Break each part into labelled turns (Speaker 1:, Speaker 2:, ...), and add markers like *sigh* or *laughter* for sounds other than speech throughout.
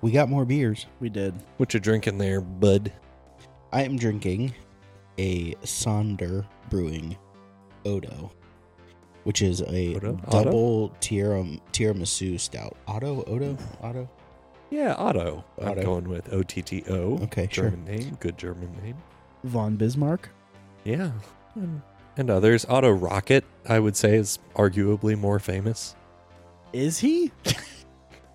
Speaker 1: We got more beers.
Speaker 2: We did.
Speaker 3: What you drinking there, bud?
Speaker 1: I am drinking a Sonder Brewing Odo, which is a
Speaker 3: Odo? Otto?
Speaker 1: double tiram- tiramisu stout. Otto, Odo, Otto.
Speaker 3: Yeah, Otto. I'm
Speaker 1: Otto.
Speaker 3: going with O T T O.
Speaker 1: Okay, sure.
Speaker 3: German name. Good German name.
Speaker 2: Von Bismarck.
Speaker 3: Yeah. And, and others. Otto Rocket, I would say, is arguably more famous. *laughs*
Speaker 2: Is he?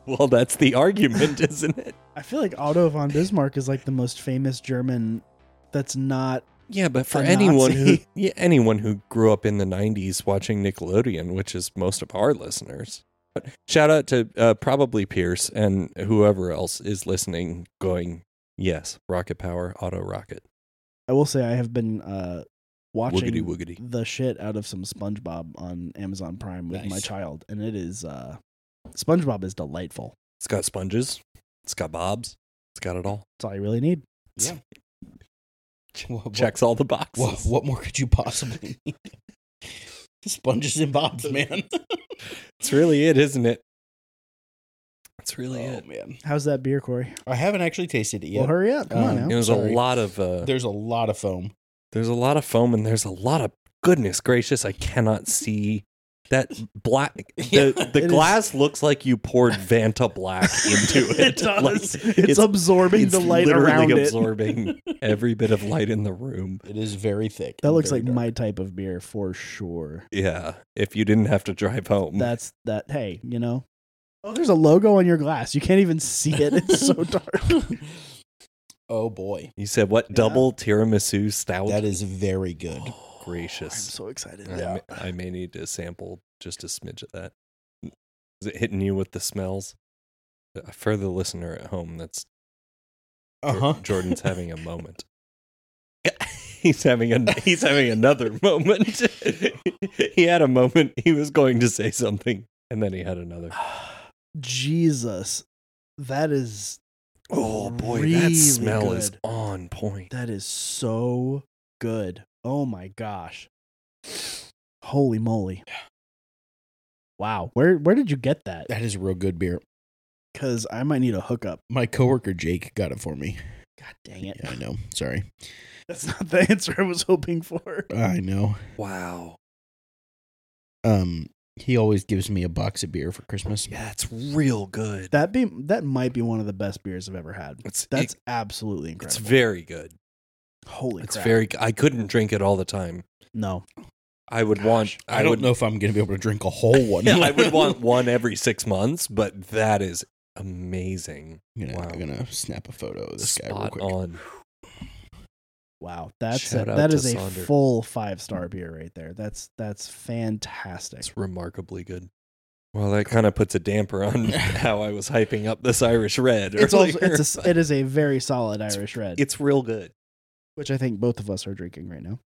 Speaker 3: Well, that's the *laughs* argument, isn't it?
Speaker 2: I feel like Otto von Bismarck is like the most famous German that's not.
Speaker 3: Yeah, but for
Speaker 2: A
Speaker 3: anyone who
Speaker 2: Nazi.
Speaker 3: *laughs* yeah, anyone who grew up in the '90s watching Nickelodeon, which is most of our listeners, but shout out to uh, probably Pierce and whoever else is listening, going, "Yes, rocket power, auto rocket,
Speaker 2: I will say I have been uh, watching
Speaker 3: woogity woogity."
Speaker 2: the shit out of some SpongeBob on Amazon Prime with my
Speaker 1: Nice.
Speaker 2: child, and it is uh, SpongeBob is delightful.
Speaker 3: It's got sponges, it's got bobs, it's got it all.
Speaker 2: That's all you really need.
Speaker 1: Yeah. *laughs* What, what-
Speaker 3: Checks all the boxes.
Speaker 1: What, what more could you possibly *laughs* need? Sponges and bobs, man.
Speaker 3: It's really it, isn't it? It's really
Speaker 1: oh
Speaker 3: it.
Speaker 1: man,
Speaker 2: How's that beer, Corey?
Speaker 1: I haven't actually tasted it yet.
Speaker 2: Well, hurry up! Come on
Speaker 1: Um,
Speaker 2: now.
Speaker 3: There's
Speaker 1: sorry.
Speaker 3: a lot of uh,
Speaker 1: There's a lot of
Speaker 3: *laughs*
Speaker 1: foam.
Speaker 3: There's a lot of foam and there's a lot of goodness gracious, I cannot see that black
Speaker 2: *laughs*
Speaker 1: Yeah,
Speaker 3: the,
Speaker 2: it
Speaker 3: the
Speaker 2: is-
Speaker 3: glass looks like you
Speaker 2: *laughs*
Speaker 3: poured Vanta black into it. *laughs*
Speaker 2: does.
Speaker 3: Like,
Speaker 2: *laughs* it's, absorbing
Speaker 3: it's
Speaker 2: the light
Speaker 3: literally
Speaker 2: around it. *laughs*
Speaker 3: absorbing every bit of light in the room.
Speaker 1: It is very thick.
Speaker 2: That
Speaker 1: and
Speaker 2: looks
Speaker 1: very
Speaker 2: like
Speaker 1: dark.
Speaker 2: my type of beer for sure.
Speaker 3: Yeah. If you didn't have to drive home.
Speaker 2: That's that. Hey, you know. Oh, there's a logo on your glass. You can't even see it. It's so dark.
Speaker 1: *laughs* Oh boy,
Speaker 3: you said what?
Speaker 2: Yeah.
Speaker 3: Double tiramisu stout.
Speaker 1: that is very good.
Speaker 2: Oh, I'm
Speaker 3: gracious.
Speaker 2: so excited.
Speaker 3: I may- I may need to sample just a smidge of that. Is it hitting you with the smells? Uh, For the listener at home, that's
Speaker 1: Uh
Speaker 3: Jor-
Speaker 1: huh.
Speaker 3: *laughs* Jordan's having a moment. he's having a he's having another *laughs* moment. he had a moment. He was going to say something, and then he had another.
Speaker 2: *sighs* Jesus, that is
Speaker 3: Oh boy,
Speaker 2: Really
Speaker 3: that smell is
Speaker 2: good.
Speaker 3: on point.
Speaker 2: that is so good. Oh my gosh. Holy moly. Wow. Where where did you get that?
Speaker 1: *laughs* That is real good beer.
Speaker 2: Cuz I might need a hookup.
Speaker 1: My coworker Jake got it for me.
Speaker 2: God dang it.
Speaker 1: Yeah, I know. Sorry.
Speaker 2: *laughs* That's not the answer I was hoping for.
Speaker 1: I know.
Speaker 3: Wow,
Speaker 1: Um, he always gives me a box of beer for Christmas.
Speaker 3: yeah, that's real good.
Speaker 2: That be that might be one of the best beers I've ever had.
Speaker 3: It's it-
Speaker 2: That's absolutely
Speaker 3: it's
Speaker 2: incredible.
Speaker 3: very good.
Speaker 2: Holy
Speaker 3: It's
Speaker 2: crap.
Speaker 3: very. I couldn't drink it all the time.
Speaker 2: No.
Speaker 3: I would want.
Speaker 1: I, don't
Speaker 3: would,
Speaker 1: know if I'm gonna be able to drink a whole one.
Speaker 3: *laughs* Yeah, I would
Speaker 1: *laughs*
Speaker 3: want one every six months, but that is amazing.
Speaker 1: You know,
Speaker 3: Wow.
Speaker 1: I'm gonna snap a photo of this guy real
Speaker 3: Spot
Speaker 1: quick.
Speaker 3: on.
Speaker 2: Wow. That's a,
Speaker 3: Shout out
Speaker 2: that
Speaker 3: to
Speaker 2: is a
Speaker 3: Sonder.
Speaker 2: full 5-star beer right there. That's that's fantastic.
Speaker 3: It's remarkably good. Well, that kind of puts a
Speaker 1: *laughs*
Speaker 3: damper on *laughs* how I was hyping up this Irish Red.
Speaker 2: It's also
Speaker 3: earlier,
Speaker 2: it's
Speaker 3: but
Speaker 2: a, it is a very solid Irish red,
Speaker 3: it's real good.
Speaker 2: which I think both of us are drinking right now.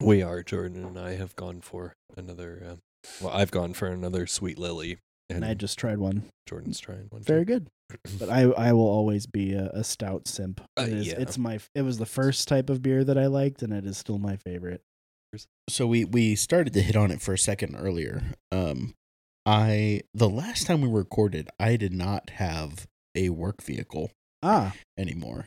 Speaker 3: We are Jordan and I have gone for another. Um, well, I've gone for another Sweet Lily, and,
Speaker 2: And I just tried one.
Speaker 3: Jordan's trying one. too.
Speaker 2: Very
Speaker 3: *clears throat*
Speaker 2: good. But I I will always be a, a stout simp.
Speaker 3: Uh,
Speaker 2: It is,
Speaker 3: yeah.
Speaker 2: It's my it was the first type of beer that I liked and it is still my favorite.
Speaker 1: So we we started to hit on it for a second earlier. Um, I the last time we recorded, I did not have a work vehicle
Speaker 2: Ah.
Speaker 1: anymore.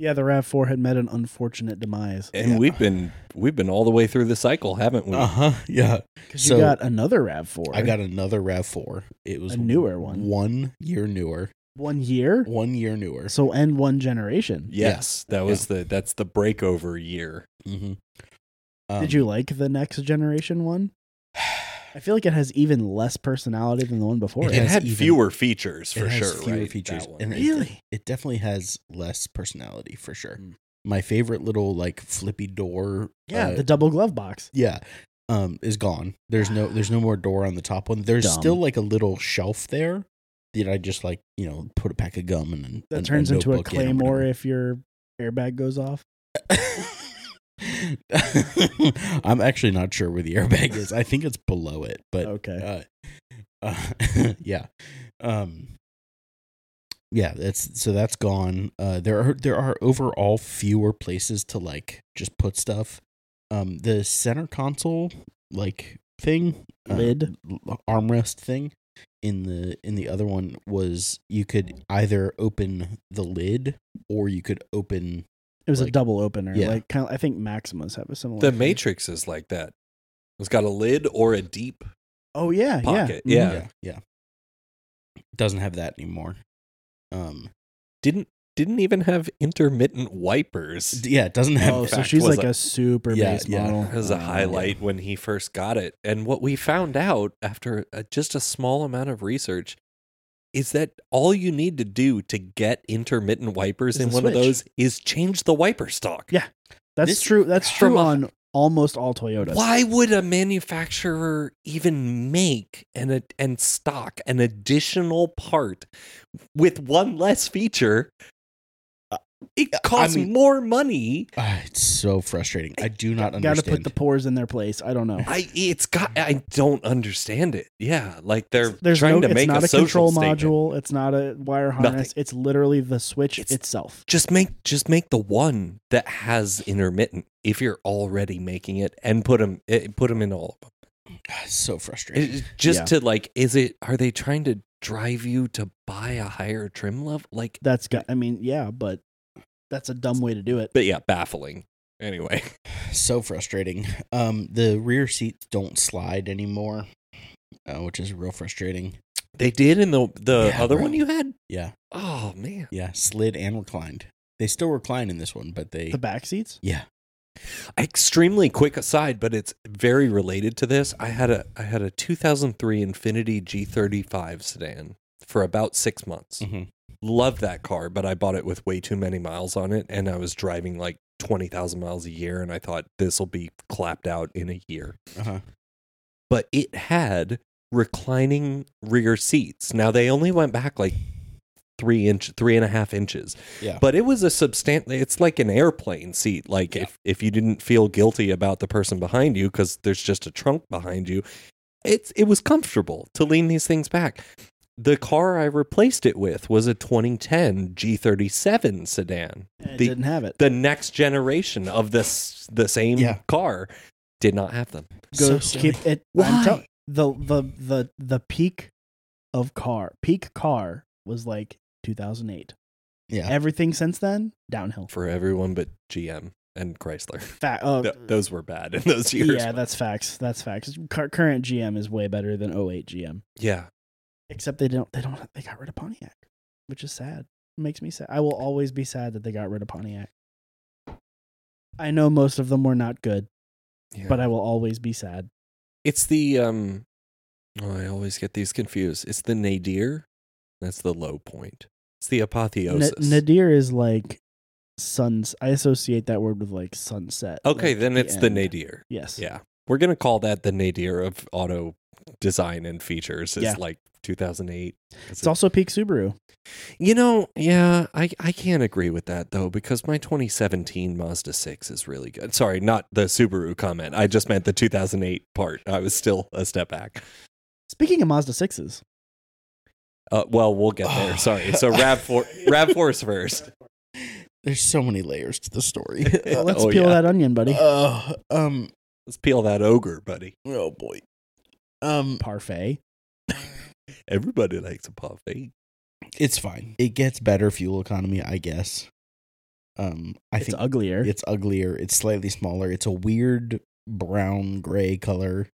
Speaker 2: Yeah, the RAV4 had met an unfortunate demise.
Speaker 3: And
Speaker 1: Yeah.
Speaker 3: we've been we've been all the way through the cycle, haven't we?
Speaker 1: Uh huh. Yeah.
Speaker 3: Eh,
Speaker 2: Cuz
Speaker 1: So-
Speaker 2: you got another RAV4.
Speaker 1: I got another Rav Four. It was
Speaker 2: A newer one. Hmm.
Speaker 1: One year newer.
Speaker 2: one year.
Speaker 1: One year newer.
Speaker 2: So and one generation.
Speaker 3: yes, that was the that's the breakover year.
Speaker 1: Mm-hmm. Um,
Speaker 2: Did you like the next generation one? I feel like it has even less personality than the one before.
Speaker 1: It
Speaker 3: It,
Speaker 1: has
Speaker 3: had
Speaker 1: even-
Speaker 3: fewer features for
Speaker 1: it has
Speaker 3: sure.
Speaker 1: fewer
Speaker 3: right?
Speaker 1: features,
Speaker 3: That one.
Speaker 1: and it-
Speaker 2: Really?
Speaker 1: It definitely has less personality for sure.
Speaker 2: Mm.
Speaker 1: My favorite little like flippy door.
Speaker 2: Yeah,
Speaker 1: uh,
Speaker 2: the double glove box.
Speaker 1: yeah. Um, is gone. There's no. There's no more door on the top one. There's
Speaker 2: Dumb.
Speaker 1: still like a little shelf there that I just like. You know, put a pack of gum and then
Speaker 2: That turns into a claymore if your airbag goes off.
Speaker 1: *laughs* I'm actually not sure where the airbag is. I think it's below it, but
Speaker 2: Okay.
Speaker 1: uh, *laughs* uh, yeah um yeah that's so that's gone uh there are there are overall fewer places to like just put stuff um the center console like thing uh,
Speaker 2: Lid?
Speaker 1: l- armrest thing in the in the other one was you could either open the lid or you could open
Speaker 2: It was a
Speaker 1: Like-
Speaker 2: double opener.
Speaker 1: Yeah.
Speaker 2: Like kind of, I think Maximus have a similar.
Speaker 3: The
Speaker 2: thing.
Speaker 3: Matrix is like that. It's got a lid or a deep.
Speaker 2: Oh yeah,
Speaker 3: Pocket,
Speaker 2: yeah,
Speaker 3: yeah.
Speaker 2: Mhm.
Speaker 1: yeah yeah doesn't have that anymore um
Speaker 3: Didn't didn't even have intermittent wipers.
Speaker 1: d- yeah it doesn't have
Speaker 2: Oh, so
Speaker 3: fact,
Speaker 2: she's
Speaker 3: was Oh,
Speaker 2: like
Speaker 3: a-
Speaker 2: a super
Speaker 1: Yeah,
Speaker 2: base
Speaker 1: yeah.
Speaker 2: model.
Speaker 3: That was a
Speaker 2: Uh,
Speaker 3: highlight when he first got it. And what we found out after uh just a small amount of research is that all you need to do to get intermittent wipers
Speaker 2: Is
Speaker 3: in
Speaker 2: a
Speaker 3: one of
Speaker 2: switch.
Speaker 3: those is change the wiper stock.
Speaker 2: Yeah. That's
Speaker 1: This-
Speaker 2: true. That's
Speaker 3: from
Speaker 2: true
Speaker 3: a-
Speaker 2: on almost all Toyotas.
Speaker 3: Why would a manufacturer even make and and stock an additional part with one less feature? Uh, It costs
Speaker 1: mean-
Speaker 3: more money
Speaker 1: Ah, it's so frustrating i do not
Speaker 2: Got to put
Speaker 1: understand
Speaker 2: the pores in their place. I don't know.
Speaker 3: I it's got I don't understand it. Yeah, like they're
Speaker 2: There's
Speaker 3: trying
Speaker 2: no.
Speaker 3: to make
Speaker 2: it's not a,
Speaker 3: social
Speaker 2: control
Speaker 3: statement.
Speaker 2: module. It's not a wire harness.
Speaker 3: Nothing.
Speaker 2: It's literally the switch
Speaker 3: It's-
Speaker 2: itself.
Speaker 3: Just make just make the one that has intermittent if you're already making it and put them put them in all of
Speaker 1: Ah, it's so frustrating
Speaker 3: them. It- just
Speaker 2: Yeah.
Speaker 3: to like is it are they trying to drive you to buy a higher trim level? Like
Speaker 2: That's got. I mean, yeah, but that's a dumb way to do it.
Speaker 3: but yeah, baffling. Anyway,
Speaker 1: so frustrating. Um, the rear seats don't slide anymore, uh, which is real frustrating.
Speaker 3: *laughs* they did in the the
Speaker 1: Yeah,
Speaker 3: other
Speaker 1: bro.
Speaker 3: one you had.
Speaker 1: Yeah,
Speaker 3: Oh man.
Speaker 1: yeah, slid and reclined. They still recline in this one, but they
Speaker 2: The back seats.
Speaker 1: yeah.
Speaker 3: extremely quick aside but it's very related to this i had a i had a 2003 infinity g35 sedan for about six months
Speaker 1: Mhm.
Speaker 3: love that car but i bought it with way too many miles on it and i was driving like 20000 miles a year and i thought this will be clapped out in a year
Speaker 1: Uh-huh.
Speaker 3: but it had reclining rear seats now they only went back like three inch three and a half inches
Speaker 1: Yeah.
Speaker 3: but it was a substantial it's like an airplane seat like
Speaker 1: Yeah.
Speaker 3: if if you didn't feel guilty about the person behind you because there's just a trunk behind you it's it was comfortable to lean these things back the car i replaced it with was a 2010 g37 sedan
Speaker 2: and It
Speaker 3: The-
Speaker 2: didn't have it.
Speaker 3: the next generation of this the same
Speaker 1: Yeah.
Speaker 3: car did not have them
Speaker 2: go
Speaker 1: So silly.
Speaker 2: keep it.
Speaker 3: Why?
Speaker 2: I'm tell- the the the the peak of car peak car was like 2008.
Speaker 1: yeah.
Speaker 2: Everything since then downhill.
Speaker 3: for everyone but gm and chrysler
Speaker 2: Fact. Oh,
Speaker 3: Th- those were bad in those years
Speaker 2: yeah, that's facts. That's facts. Cur- current GM is way better than 08 GM.
Speaker 3: yeah
Speaker 2: Except they don't. They don't. They got rid of Pontiac, which is sad. It makes me sad. I will always be sad that they got rid of Pontiac. I know most of them were not good,
Speaker 3: yeah
Speaker 2: but I will always be sad.
Speaker 3: It's the um oh, I always get these confused. It's the nadir. That's the low point. It's the
Speaker 2: N-
Speaker 3: apotheosis.
Speaker 2: Nadir is like suns. I associate that word with like sunset.
Speaker 3: okay,
Speaker 2: like
Speaker 3: then it's the
Speaker 2: end.
Speaker 3: nadir.
Speaker 2: Yes.
Speaker 3: Yeah. We're going to call that the nadir of auto design and features. It's
Speaker 2: Yeah.
Speaker 3: like 2008.
Speaker 2: It's also peak Subaru.
Speaker 3: You know, yeah, I, I can't agree with that though, because my 2017 Mazda 6 is really good. Sorry, not the Subaru comment. I just meant the 2008 part. I was still a step back.
Speaker 2: Speaking of Mazda 6s,
Speaker 3: Uh, well, we'll get *sighs* there. Sorry. So RAV4, RAV4's first. *laughs*
Speaker 1: There's so many layers to the
Speaker 2: *laughs*
Speaker 1: story. *laughs*
Speaker 3: Yeah,
Speaker 2: let's
Speaker 3: *laughs* oh,
Speaker 2: peel
Speaker 3: yeah.
Speaker 2: that onion, buddy.
Speaker 1: Oh, um,
Speaker 3: Let's peel that ogre, buddy.
Speaker 1: oh boy. Um,
Speaker 2: Parfait.
Speaker 3: Everybody likes a parfait.
Speaker 1: it's fine. It gets better fuel economy, I guess. Um, I
Speaker 2: it's
Speaker 1: think
Speaker 2: uglier.
Speaker 1: It's uglier. It's slightly smaller. It's a weird brown gray color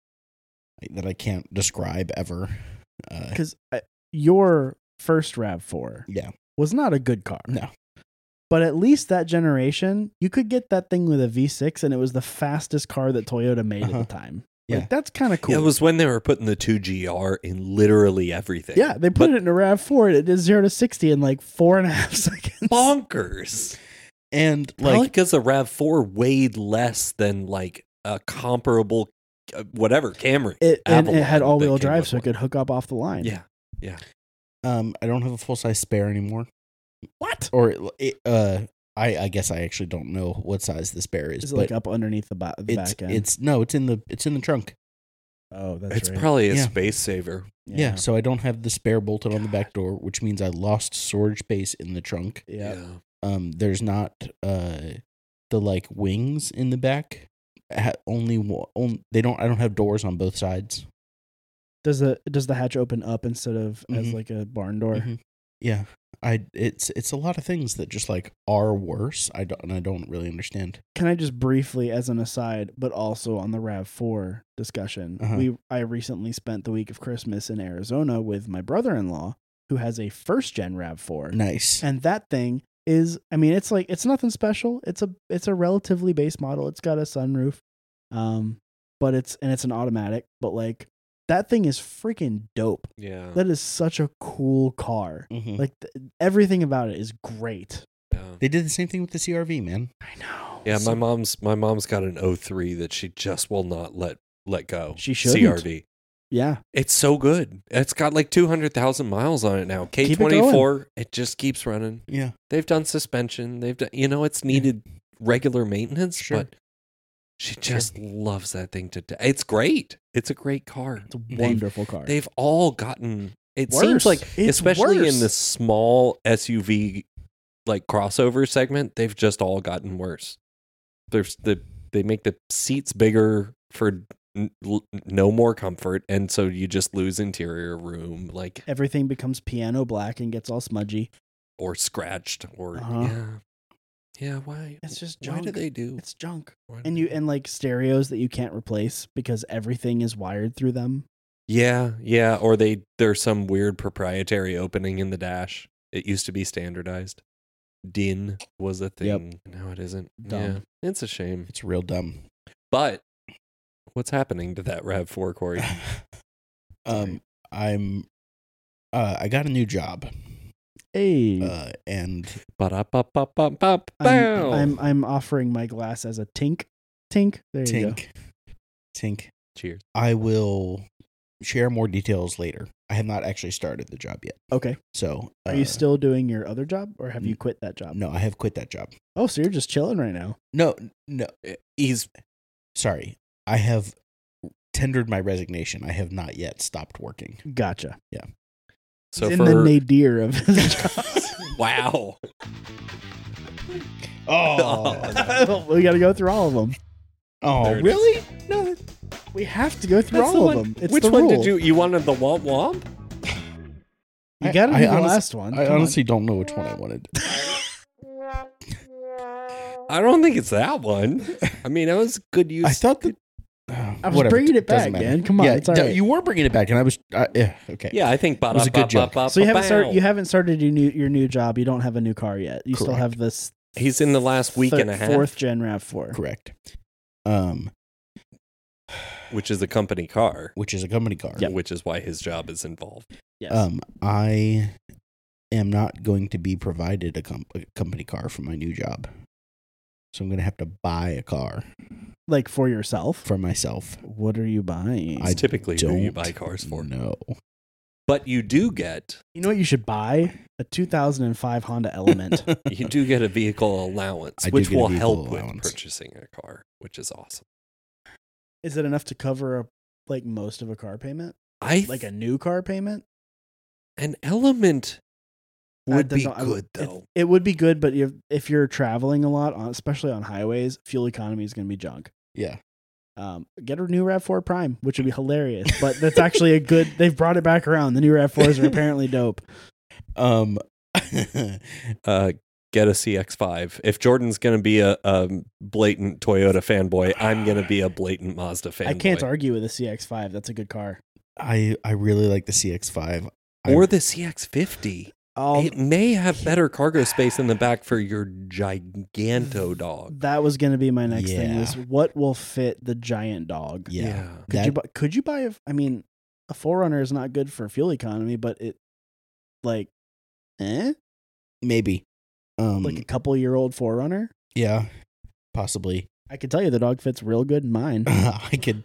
Speaker 1: that I can't describe ever. Uh,
Speaker 2: because your first Rav4
Speaker 1: yeah,
Speaker 2: was not a good car.
Speaker 1: no,
Speaker 2: But at least that generation, you could get that thing with a V6 and it was the fastest car that Toyota made
Speaker 1: Uh-huh.
Speaker 2: at the time.
Speaker 1: Yeah.
Speaker 2: Like that's kind of cool.
Speaker 3: It was when they were putting the 2GR in literally everything.
Speaker 2: yeah, they put it in a RAV4 and it did 0 to 60 in like four and a half *laughs* seconds.
Speaker 3: bonkers.
Speaker 1: and
Speaker 3: Like,
Speaker 1: like
Speaker 3: because the RAV4 weighed less than like a comparable, uh, whatever, Camry.
Speaker 2: It, and it
Speaker 3: Avalon
Speaker 2: had
Speaker 3: that
Speaker 2: all wheel
Speaker 3: came
Speaker 2: drive
Speaker 3: with
Speaker 2: so it
Speaker 3: one.
Speaker 2: could hook up off the line.
Speaker 3: Yeah.
Speaker 1: um, I don't have a full size spare anymore.
Speaker 2: What?
Speaker 1: Or it, it, uh, I I guess I actually don't know what size the spare is,
Speaker 2: Is it
Speaker 1: but
Speaker 2: like up underneath the, ba- the
Speaker 1: it's
Speaker 2: back end?
Speaker 1: it's no, it's in the it's in the trunk.
Speaker 2: oh, that's
Speaker 3: It's
Speaker 2: right.
Speaker 3: probably a
Speaker 1: Yeah.
Speaker 3: space saver.
Speaker 1: Yeah. so I don't have the spare bolted on the back door, which means I lost storage space in the trunk.
Speaker 2: Yeah.
Speaker 1: um there's not uh the like wings in the back ha- only one on, they don't i don't have doors on both sides
Speaker 2: Does the does the hatch open up instead of as
Speaker 3: Mm-hmm.
Speaker 1: Mhm.
Speaker 2: like a barn door?
Speaker 1: Mhm. Yeah, I it's it's a lot of things that just like are worse. I don't and I don't really understand.
Speaker 2: Can I just briefly, as an aside, but also on the Rav Four discussion,
Speaker 1: Uh-huh.
Speaker 2: we I recently spent the week of Christmas in Arizona with my brother in law who has a first gen Rav Four,
Speaker 1: Nice.
Speaker 2: and that thing is, I mean, it's like it's nothing special. It's a it's a relatively base model. It's got a sunroof, um, but it's and it's an automatic. But like that thing is freaking dope.
Speaker 3: Yeah.
Speaker 2: That is such a cool car.
Speaker 1: Mhm.
Speaker 2: Like th- everything about it is great.
Speaker 3: Yeah.
Speaker 1: They did the same thing with the CRV, man.
Speaker 2: I know.
Speaker 3: Yeah, my mom's my mom's got an 03 that she just will not let let go.
Speaker 2: She shouldn't.
Speaker 3: CRV.
Speaker 2: yeah.
Speaker 3: It's so good. It's got like 200,000 miles on it now.
Speaker 2: it going.
Speaker 3: K24, it, just keeps running.
Speaker 1: Yeah,
Speaker 3: They've done suspension. They've done you know, it's needed regular maintenance,
Speaker 1: Sure.
Speaker 3: but she just loves that thing to death. It's great. It's a great car.
Speaker 2: It's a
Speaker 3: They've-
Speaker 2: wonderful car.
Speaker 3: They've all gotten it
Speaker 2: Worse.
Speaker 3: seems like
Speaker 2: It's
Speaker 3: especially
Speaker 2: worse.
Speaker 3: in the small SUV like crossover segment, they've just all gotten worse. There's the they make the seats bigger for n- l- no more comfort, and so you just lose interior room, like
Speaker 2: Everything becomes piano black and gets all smudgy.
Speaker 3: or scratched or
Speaker 2: Uh-huh.
Speaker 3: yeah, yeah. Why?
Speaker 2: It's just
Speaker 3: why do
Speaker 2: junk.
Speaker 3: they do?
Speaker 2: It's junk.
Speaker 3: why do
Speaker 2: And
Speaker 3: they
Speaker 2: you
Speaker 3: do-
Speaker 2: and like stereos that you can't replace because everything is wired through them.
Speaker 3: yeah, yeah. Or they there's some weird proprietary opening in the dash. It used to be standardized. DIN was a thing. Now it isn't.
Speaker 2: Dumb.
Speaker 3: Yeah, it's a shame.
Speaker 1: it's real dumb.
Speaker 3: But what's happening to that Rav Four,
Speaker 2: *laughs*
Speaker 3: Corey?
Speaker 1: *laughs* um, I'm. Uh, I got a new job,
Speaker 2: Hey.
Speaker 1: uh, and
Speaker 2: I'm,
Speaker 3: Ba-da-ba-ba-ba-ba-bow.
Speaker 2: I'm I'm offering my glass as a tink. Tink. There you go.
Speaker 1: Tink, Tink,
Speaker 3: Cheers.
Speaker 1: I will share more details later. I have not actually started the job yet,
Speaker 2: Okay.
Speaker 1: so
Speaker 2: Are
Speaker 1: uh,
Speaker 2: you still doing your other job or have you
Speaker 1: n-
Speaker 2: quit that job?
Speaker 1: No, I have quit that job.
Speaker 2: Oh, so you're just chilling right now.
Speaker 1: No, no, eh,
Speaker 3: He's
Speaker 1: sorry. I have tendered my resignation. I have not yet stopped
Speaker 3: *laughs*
Speaker 1: working.
Speaker 2: Gotcha.
Speaker 3: so
Speaker 2: He's
Speaker 3: for
Speaker 2: in the nadir of *laughs* his job.
Speaker 3: *laughs*
Speaker 2: *laughs*
Speaker 3: wow. *laughs*
Speaker 1: Oh,
Speaker 2: we got to go through all of them.
Speaker 1: *laughs* oh,
Speaker 3: There it
Speaker 1: really?
Speaker 3: No,
Speaker 2: We have to go through
Speaker 3: that's the
Speaker 2: all of
Speaker 3: one.
Speaker 2: them. It's
Speaker 3: Which
Speaker 2: the
Speaker 3: one
Speaker 2: rule.
Speaker 3: did you? You wanted the womp womp?
Speaker 2: You got to
Speaker 1: I- I
Speaker 2: do the
Speaker 1: honest-
Speaker 2: last one.
Speaker 1: I
Speaker 2: Come on.
Speaker 1: honestly don't know which one I wanted.
Speaker 3: I don't think it's that
Speaker 2: *laughs*
Speaker 3: one. I mean, that was good use.
Speaker 1: I thought that. Uh,
Speaker 2: I was bringing it back, man. Come on,
Speaker 1: yeah,
Speaker 2: it's all
Speaker 1: d-
Speaker 2: right.
Speaker 1: you were bringing it back, and I was. Uh, yeah, okay.
Speaker 3: yeah, I think
Speaker 1: was a good joke.
Speaker 2: So you haven't started. You haven't started your new your new job. You don't have a new car yet. You still
Speaker 1: Correct.
Speaker 2: have this.
Speaker 3: He's in the last week
Speaker 2: thir-
Speaker 3: and a half,
Speaker 2: Fourth gen Rav Four.
Speaker 1: correct. Um,
Speaker 3: which is a company car,
Speaker 1: which is a company car.
Speaker 3: which is why his job is involved.
Speaker 2: Yes.
Speaker 1: Um, I am not going to be provided a, com- a company car for my new job, so I'm going to have to buy a car
Speaker 2: like for yourself.
Speaker 1: for myself.
Speaker 2: What are you buying?
Speaker 1: I
Speaker 3: It's typically who you
Speaker 1: don't
Speaker 3: buy cars for.
Speaker 1: No,
Speaker 3: But you do get
Speaker 2: you know what you should buy? A 2005 Honda
Speaker 1: *laughs*
Speaker 3: *laughs*
Speaker 2: Element.
Speaker 3: you do get a vehicle allowance,
Speaker 1: I do
Speaker 3: which
Speaker 1: get a
Speaker 3: will
Speaker 1: vehicle
Speaker 3: help
Speaker 1: allowance.
Speaker 3: with purchasing a car, which is awesome.
Speaker 2: Is it enough to cover a, like most of a car payment?
Speaker 3: I
Speaker 2: Like a new car payment?
Speaker 3: an element
Speaker 2: I
Speaker 3: would
Speaker 2: don't
Speaker 3: be
Speaker 2: know, I would-
Speaker 3: good though.
Speaker 2: It would be good, but if if you're traveling a lot, on, especially on highways, fuel economy is going to be junk.
Speaker 1: yeah,
Speaker 2: Um, get a new Rav Four Prime, which would be hilarious. But that's actually a good. *laughs* They've brought it back around. The new Rav Fours are apparently dope.
Speaker 3: *laughs*
Speaker 1: um, *laughs*
Speaker 3: Uh, get a CX5. If Jordan's going to be a, a blatant Toyota fanboy, I'm going to be a blatant Mazda fanboy.
Speaker 2: I can't argue with a CX5. That's a good car.
Speaker 1: I I really like the CX-5.
Speaker 3: Or the CX50.
Speaker 2: Oh,
Speaker 3: it may have better cargo space in the back for your giganto dog.
Speaker 2: that was going to be my next thing.
Speaker 1: Yeah.
Speaker 2: Was what will fit the giant dog?
Speaker 1: Yeah,
Speaker 2: Could
Speaker 1: that-
Speaker 2: you buy? Could you buy? A, I mean, a Forerunner is not good for fuel economy, but it like, eh,
Speaker 1: maybe. Um,
Speaker 3: Hmm.
Speaker 2: like a couple year old Forerunner.
Speaker 1: yeah, possibly. *laughs*
Speaker 2: I can tell you the dog fits real good
Speaker 3: *laughs*
Speaker 2: in mine.
Speaker 1: I could.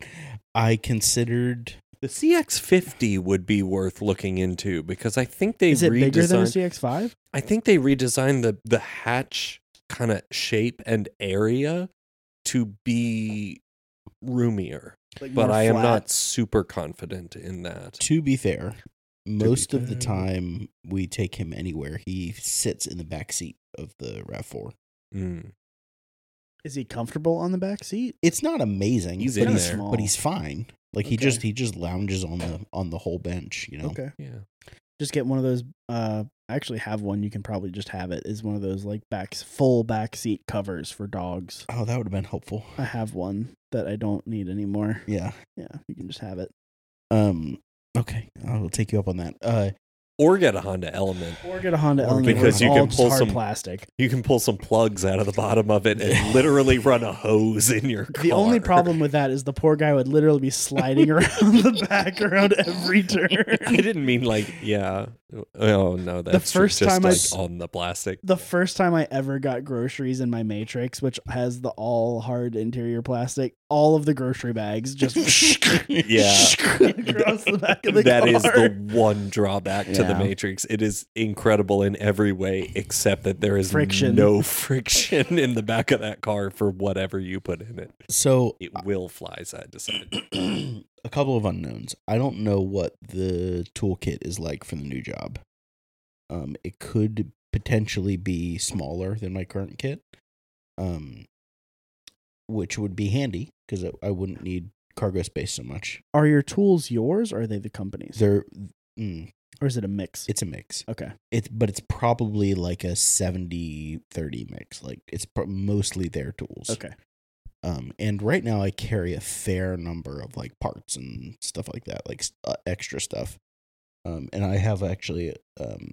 Speaker 1: I considered.
Speaker 3: The CX50 would be worth looking into because I think they
Speaker 2: Is it bigger than a
Speaker 3: redesigned
Speaker 2: CX5?
Speaker 3: I think they redesigned the the hatch kind of shape and area to be roomier,
Speaker 2: Like
Speaker 3: but
Speaker 2: more
Speaker 3: I am
Speaker 2: flat?
Speaker 3: not super confident in that.
Speaker 1: To be fair, most of the
Speaker 3: fair.
Speaker 1: time we take him anywhere, he sits in the back seat of the Rav Four.
Speaker 3: Mm.
Speaker 2: Is he comfortable on the back seat?
Speaker 1: It's not amazing.
Speaker 3: He's
Speaker 1: but
Speaker 3: in
Speaker 1: he's
Speaker 3: there.
Speaker 1: but he's fine. Like he
Speaker 2: Okay.
Speaker 1: just he just lounges on the on the whole bench, you know.
Speaker 2: Okay.
Speaker 3: Yeah.
Speaker 2: Just get one of those. Uh, I actually have one. You can probably just have it. Is one of those like back full back seat covers for dogs.
Speaker 1: Oh, that would have been helpful.
Speaker 2: I have one that I don't need anymore.
Speaker 1: Yeah.
Speaker 2: Yeah, you can just have it.
Speaker 1: Um okay. I will take you up on that. Uh
Speaker 3: Or get a Honda Element.
Speaker 2: Or get a Honda
Speaker 1: Or
Speaker 2: Element
Speaker 1: get-
Speaker 2: because you can pull
Speaker 3: some-
Speaker 2: plastic.
Speaker 3: You can pull some plugs out of the bottom of it and literally run a hose in your car.
Speaker 2: The only problem with that is the poor guy would literally be sliding around the back around
Speaker 3: *laughs*
Speaker 2: every
Speaker 3: I *laughs*
Speaker 2: turn.
Speaker 3: didn't mean like yeah. Oh no, that's ju-
Speaker 2: first
Speaker 3: just
Speaker 2: time I
Speaker 3: like
Speaker 2: s-
Speaker 3: on the plastic.
Speaker 2: The first time I ever got groceries in my Matrix, which has the all hard interior plastic, all of the grocery bags just *laughs* across the back of the
Speaker 3: That
Speaker 2: car.
Speaker 3: is the one drawback to the
Speaker 2: Yeah.
Speaker 3: Matrix. It is incredible in every way, except that there is
Speaker 2: Friction.
Speaker 3: no *laughs* friction in the back of that car for whatever you put in it.
Speaker 1: So
Speaker 3: It will fly side to side.
Speaker 1: *clears throat* a couple of unknowns. I don't know what the toolkit is like for the new job. Um, it could potentially be smaller than my current kit, um, which would be handy because I, I wouldn't need cargo space so much.
Speaker 2: Are your tools yours or are they the company's?
Speaker 1: There, mm,
Speaker 2: Or is it a mix?
Speaker 1: it's a mix.
Speaker 2: okay.
Speaker 1: It's but it's probably like a 70-30 mix. Like it's pro- mostly their tools.
Speaker 2: Okay.
Speaker 1: Um, and right now I carry a fair number of like parts and stuff like that, like s- uh, extra stuff. Um, and I have actually um,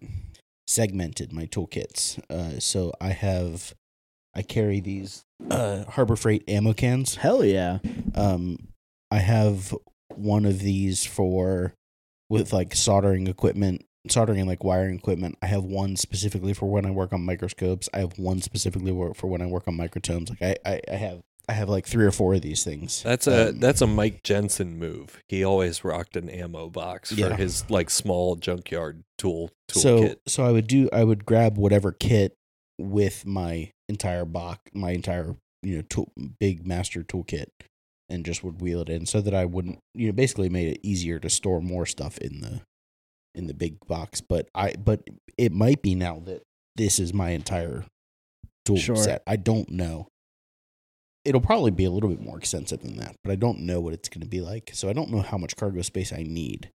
Speaker 1: segmented my toolkits. Uh, so I have, I carry these uh, Harbor Freight ammo cans.
Speaker 2: Hell yeah.
Speaker 1: Um, I have one of these for with like soldering equipment, soldering and like wiring equipment. I have one specifically for when I work on microscopes. I have one specifically wor- for when I work on microtomes. Like I, I, I have, I have like three or four of these things.
Speaker 3: That's a
Speaker 1: Um,
Speaker 3: that's a Mike Jensen move. He always rocked an ammo box for
Speaker 1: Yeah.
Speaker 3: his like small junkyard tool toolkit.
Speaker 1: so so I would do I would grab whatever kit with my entire box, my entire you know tool, big master toolkit, and just would wheel it in so that I wouldn't you know basically made it easier to store more stuff in the in the big box. But I but it might be now that this is my entire tool
Speaker 2: Sure.
Speaker 1: set. I don't know. It'll probably be a little bit more extensive than that, but I don't know what it's going to be like. So I don't know how much cargo space I need.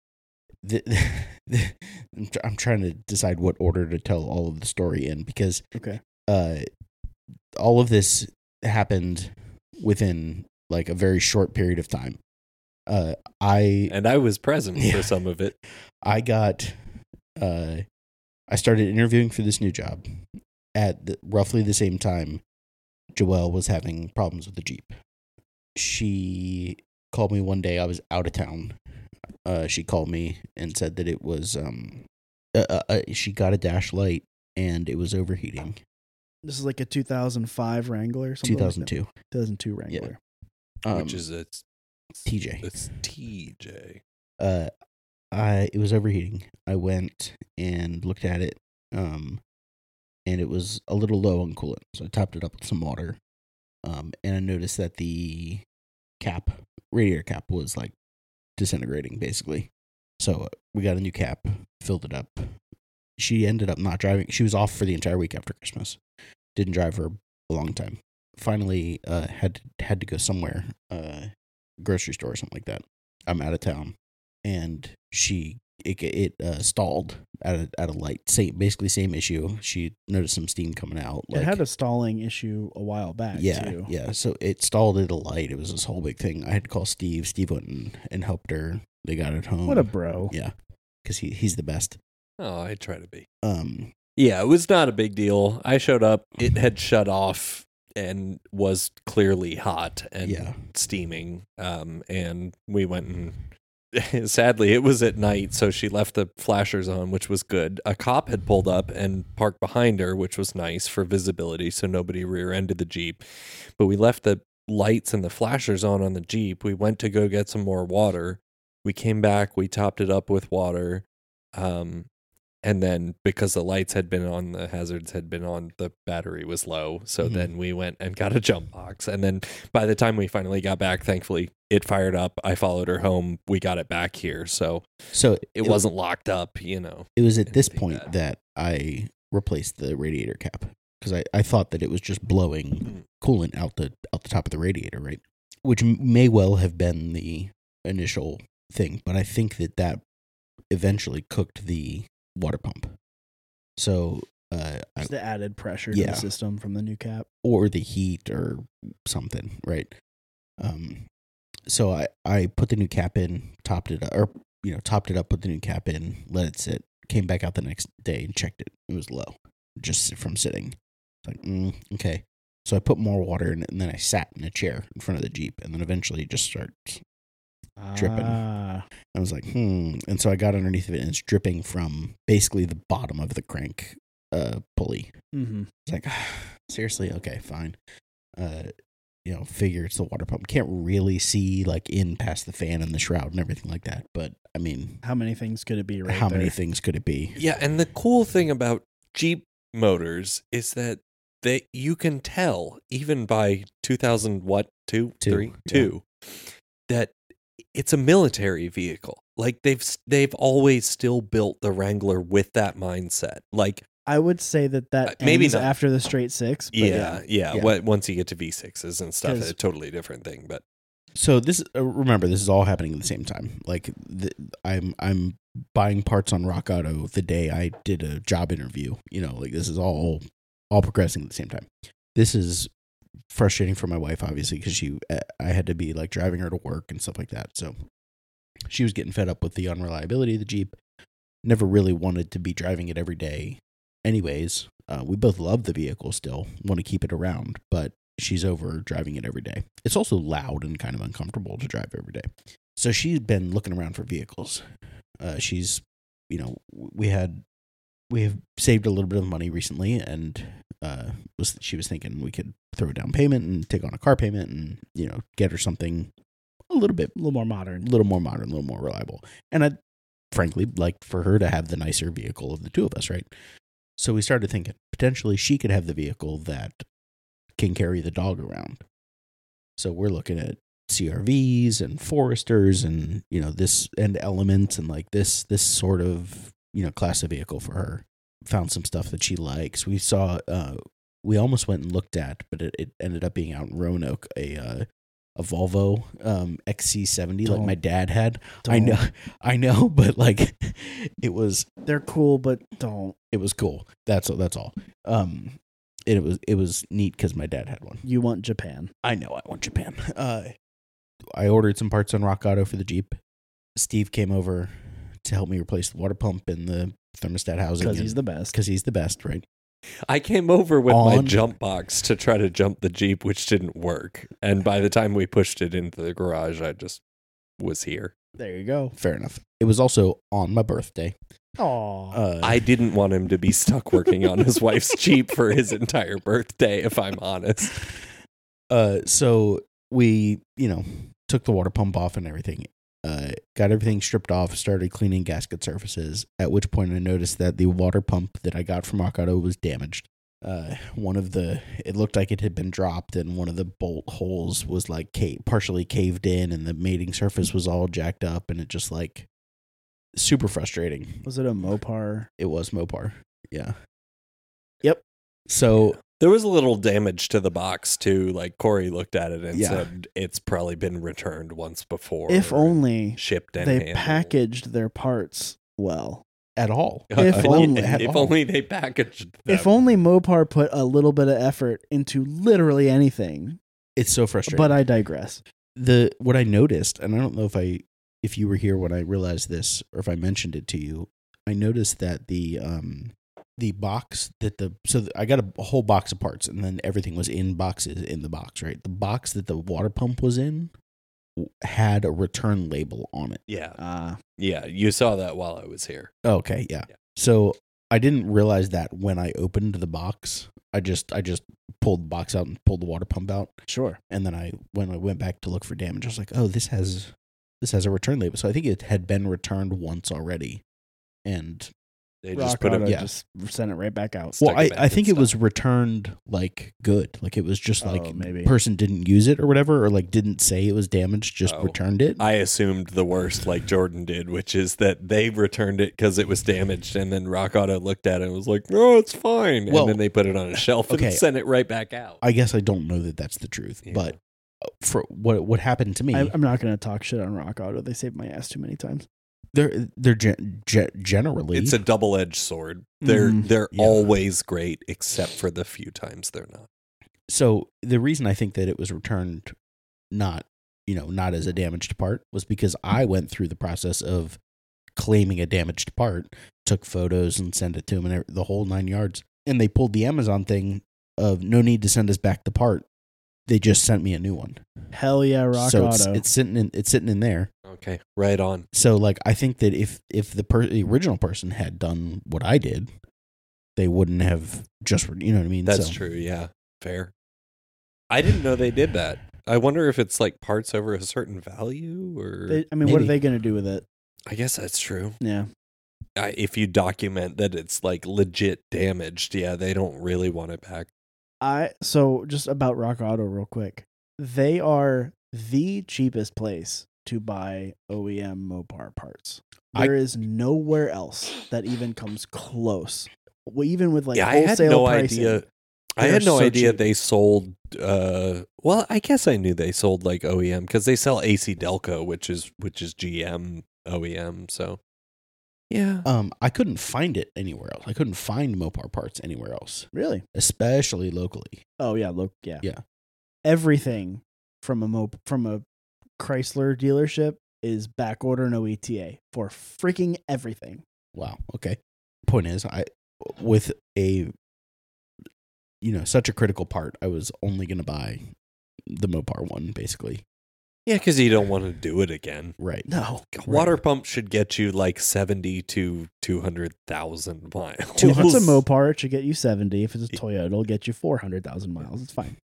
Speaker 1: The, *laughs* the- I'm, tr- I'm trying to decide what order to tell all of the story in because
Speaker 2: Okay.
Speaker 1: uh, all of this happened within like a very short period of time. Uh, I
Speaker 3: and I was present
Speaker 1: Yeah.
Speaker 3: for some of it.
Speaker 1: I got uh I started interviewing for this new job at the, roughly the same time Joelle was having problems with the Jeep. She called me one day I was out of town. Uh she called me and said that it was um uh, uh, uh, she got a dash light and it was overheating.
Speaker 2: This is like a 2005 Wrangler. something like that.
Speaker 1: 2002.
Speaker 2: 2002 Wrangler.
Speaker 1: Um,
Speaker 3: which is it's
Speaker 1: TJ.
Speaker 3: It's TJ.
Speaker 1: uh I it was overheating. I went and looked at it um and it was a little low on coolant. So I topped it up with some water. Um and I noticed that the cap radiator cap was like disintegrating basically. So uh, we got a new cap, filled it up. She ended up not driving. She was off for the entire week after Christmas. Didn't drive for a long time. Finally uh had had to go somewhere uh grocery store or something like that. I'm out of town and she it it uh, stalled at a, at a light. Same basically same issue. She noticed some steam coming out.
Speaker 2: it had a stalling issue a while back.
Speaker 1: yeah
Speaker 2: too.
Speaker 1: yeah. So it stalled at a light. It was this whole big thing. I had to call Steve. Steve went and, and helped her. They got it home.
Speaker 2: What a bro.
Speaker 1: yeah, because he he's the best.
Speaker 3: Oh, I try to be.
Speaker 1: Um,
Speaker 3: Yeah, it was not a big deal. I showed up. It had shut off and was clearly hot and
Speaker 1: Yeah.
Speaker 3: steaming. Um, and *laughs* we went and sadly it was at night, so she left the flashers on, which was good. A cop had pulled up and parked behind her, which was nice for visibility, so nobody rear-ended the jeep. But we left the lights and the flashers on on the jeep. We went to go get some more water. We came back. We topped it up with water. Um, and then because the lights had been on the hazards had been on the battery was low so
Speaker 1: Mhm.
Speaker 3: then we went and got a jump box and then by the time we finally got back thankfully it fired up i followed her home we got it back here so
Speaker 1: so
Speaker 3: it, wasn't locked up you know
Speaker 1: It was at this
Speaker 3: anything
Speaker 1: point
Speaker 3: bad.
Speaker 1: that I replaced the radiator cap because I, I thought that it was just
Speaker 3: Mm-hmm.
Speaker 1: blowing coolant out the out the top of the radiator, right? Which m- may well have been the initial thing, but I think that that eventually cooked the water pump. So, uh, I,
Speaker 2: Just the added pressure to
Speaker 1: Yeah.
Speaker 2: the system from the new cap.
Speaker 1: or the heat or something, right? Um, so I I put the new cap in, topped it up, or you know, topped it up, put the new cap in, let it sit. Came back out the next day and checked it. It was low, just from sitting. It's like mm, okay, so I put more water in it, and then I sat in a chair in front of the jeep, and then eventually it just starts. Dripping.
Speaker 2: Ah,
Speaker 1: I was like, hmm, and so I got underneath of it, and it's dripping from basically the bottom of the crank uh, pulley.
Speaker 2: hmm
Speaker 1: It's like, *sighs* seriously, okay, fine. Uh, you know, figure it's the water pump. Can't really see like in past the fan and the shroud and everything like that. But I mean,
Speaker 2: How many things could it be right
Speaker 1: how many
Speaker 2: there?
Speaker 1: things could it be?
Speaker 3: Yeah, and the cool thing about Jeep motors is that that you can tell even by 2000 what two
Speaker 1: Two,
Speaker 3: three
Speaker 1: yeah.
Speaker 3: two that it's a military vehicle. Like they've s- they've always still built the Wrangler with that mindset. Like
Speaker 2: I would say that that
Speaker 3: Uh, maybe
Speaker 2: ends
Speaker 3: not.
Speaker 2: after the straight six. but
Speaker 3: yeah, yeah,
Speaker 1: yeah.
Speaker 3: what- once you get to V6s and stuff,
Speaker 2: 'Cause-
Speaker 3: it's a totally different thing, but
Speaker 1: So this, uh, remember, this is all happening at the same time. Like, the, I'm I'm buying parts on Rock Auto the day I did a job interview. You know, like this is all all progressing at the same time. This is frustrating for my wife, obviously, because she uh, I had to be like driving her to work and stuff like that. So she was getting fed up with the unreliability of the Jeep. Never really wanted to be driving it every day. Anyways, uh, we both love the vehicle still, want to keep it around, but she's over driving it every day. It's also loud and kind of uncomfortable to drive every day. So she's been looking around for vehicles. Uh, she's, you know, w- we had, we have saved a little bit of money recently, and uh, was she was thinking we could throw a down payment and take on a car payment, and you know, get her something a little bit
Speaker 2: a little more
Speaker 1: a
Speaker 2: modern.
Speaker 1: little more modern, a little more reliable. And I frankly like for her to have the nicer vehicle of the two of us, right? So we started thinking potentially she could have the vehicle that can carry the dog around. So we're looking at CRVs and Foresters and you know this and Elements and like this this sort of you know class of vehicle for her. Found some stuff that she likes. We saw uh we almost went and looked at, but it, it ended up being out in Roanoke a uh, a Volvo um XC70 like
Speaker 2: Don't-
Speaker 1: my dad had. I know, *laughs* I know, but like, *laughs* it was
Speaker 2: they're cool, but don't.
Speaker 1: it was cool. That's that's all. Um, it was it was neat because my dad had one.
Speaker 2: You want Japan?
Speaker 1: I know I want Japan. Uh, I ordered some parts on Rock Auto for the Jeep. Steve came over to help me replace the water pump and the thermostat housing
Speaker 2: Because he's the best.
Speaker 1: because he's the best, right?
Speaker 3: I came over with my
Speaker 1: On-
Speaker 3: jump box to try to jump the Jeep, which didn't work. And by the time we pushed it into the garage, I just was here.
Speaker 2: There you go.
Speaker 1: Fair enough. It was also on my birthday.
Speaker 2: Aw.
Speaker 1: Uh,
Speaker 2: *laughs*
Speaker 3: I didn't want him to be stuck working on his wife's Jeep for his entire birthday, if I'm honest.
Speaker 1: uh so we you know took the water pump off and everything uh got everything stripped off started cleaning gasket surfaces at which point i noticed that the water pump that i got from rock auto was damaged uh one of the it looked like it had been dropped and one of the bolt holes was like ca- partially caved in and the mating surface was all jacked up and it just like super frustrating
Speaker 2: was it a Mopar?
Speaker 1: it was mopar yeah
Speaker 2: Yep.
Speaker 1: so
Speaker 3: There was a little damage to the box, too. Like Corey looked at it and
Speaker 1: Yeah.
Speaker 3: said, it's probably been returned once before.
Speaker 2: If
Speaker 3: and
Speaker 2: only
Speaker 3: Shipped and
Speaker 2: they
Speaker 3: handled. *laughs*
Speaker 2: packaged their parts well.
Speaker 1: at all
Speaker 2: If
Speaker 3: *laughs*
Speaker 2: only-
Speaker 1: at
Speaker 3: if
Speaker 2: *laughs*
Speaker 1: all.
Speaker 3: only they packaged them.
Speaker 2: If only Mopar put a little bit of effort into literally anything.
Speaker 1: it's so frustrating
Speaker 2: But I digress.
Speaker 1: the what I noticed, and I don't know if I if you were here when I realized this or if I mentioned it to you, I noticed that the um the box that the so I got a whole box of parts and then everything was in boxes in the box, right? The box that the water pump was in w- had a return label on it.
Speaker 3: Yeah.
Speaker 2: Uh,
Speaker 3: Yeah. You saw that while I was here.
Speaker 1: Okay, yeah.
Speaker 3: Yeah.
Speaker 1: So I didn't realize that when I opened the box. I just I just pulled the box out and pulled the water pump out.
Speaker 2: sure.
Speaker 1: and then I when I went back to look for damage, I was like, oh, this has this has a return label. So I think it had been returned once already, and
Speaker 3: They just put
Speaker 2: Auto
Speaker 3: it.
Speaker 1: yeah.
Speaker 2: just sent it right back out.
Speaker 3: Well,
Speaker 1: Well,
Speaker 3: Stuck it
Speaker 1: I,
Speaker 3: back
Speaker 1: I think it
Speaker 3: and
Speaker 1: was returned like good. Like it was just like
Speaker 2: Oh, maybe.
Speaker 1: person didn't use it or whatever, or like didn't say it was damaged, just
Speaker 3: Oh.
Speaker 1: returned it.
Speaker 3: I assumed the worst, like Jordan did, which is that they returned it because it was damaged, and then Rock Auto looked at it and was like, "No, it's fine,"
Speaker 1: Well,
Speaker 3: and then they put it on a shelf
Speaker 1: okay.
Speaker 3: and sent it right back out.
Speaker 1: I guess I don't know that that's the truth,
Speaker 3: Yeah.
Speaker 1: but uh, for what what happened to me,
Speaker 2: I, I'm not going to talk shit on Rock Auto. They saved my ass too many times.
Speaker 1: they're they're gen- gen- generally
Speaker 3: it's a double-edged sword. They're
Speaker 2: Mhm.
Speaker 3: they're
Speaker 1: Mm-hmm. Yeah.
Speaker 3: always great, except for the few times they're not.
Speaker 1: so the reason I think that it was returned not you know not as a damaged part was because I went through the process of claiming a damaged part, took photos and sent it to them and every- the whole nine yards, and they pulled the Amazon thing of no need to send us back the part. They just sent me a new one,
Speaker 2: Hell yeah, Rock
Speaker 1: so it's,
Speaker 2: Auto.
Speaker 1: it's sitting in it's sitting in there.
Speaker 3: Okay, right on.
Speaker 1: So like I think that if if the per- the original person had done what I did, they wouldn't have just you know what I mean.
Speaker 3: That's
Speaker 1: So-
Speaker 3: true. Yeah, fair. I didn't know they did that. I wonder if it's like parts over a certain value, or
Speaker 2: They- I mean, what are
Speaker 1: maybe.
Speaker 2: they going to do with it?
Speaker 3: I guess that's true.
Speaker 2: Yeah.
Speaker 3: I, if you document that it's like legit damaged, yeah, they don't really want it back.
Speaker 2: I so just about Rock Auto real quick. They are the cheapest place to buy OEM Mopar parts.
Speaker 1: I-
Speaker 2: There is nowhere else that even comes close. Well, even with like
Speaker 3: yeah, I
Speaker 2: wholesale
Speaker 3: had no
Speaker 2: pricing.
Speaker 3: idea. I
Speaker 2: They
Speaker 3: had
Speaker 2: are
Speaker 3: no
Speaker 2: so
Speaker 3: idea
Speaker 2: cheap.
Speaker 3: they sold. Uh, well, I guess I knew they sold like OEM because they sell AC Delco, which is which is GM OEM. E So, yeah,
Speaker 1: Um, I couldn't find it anywhere else. I couldn't find Mopar parts anywhere else,
Speaker 2: Really?
Speaker 1: especially locally.
Speaker 2: Oh yeah, look, yeah,
Speaker 1: Yeah.
Speaker 2: Everything from a Mop from a Chrysler dealership is back order no ETA for freaking everything.
Speaker 1: Wow. Okay. Point is, I with a you know such a critical part, I was only going to buy the Mopar one, basically.
Speaker 3: yeah, because you don't want to do it again.
Speaker 1: Right.
Speaker 2: *laughs* No,
Speaker 3: Water pump should get you like seventy to two hundred thousand miles.
Speaker 1: Two
Speaker 2: if it's a
Speaker 1: hundred-
Speaker 2: Mopar, it should get you seventy. If it's a Toyota, it'll get you four hundred thousand miles. It's fine.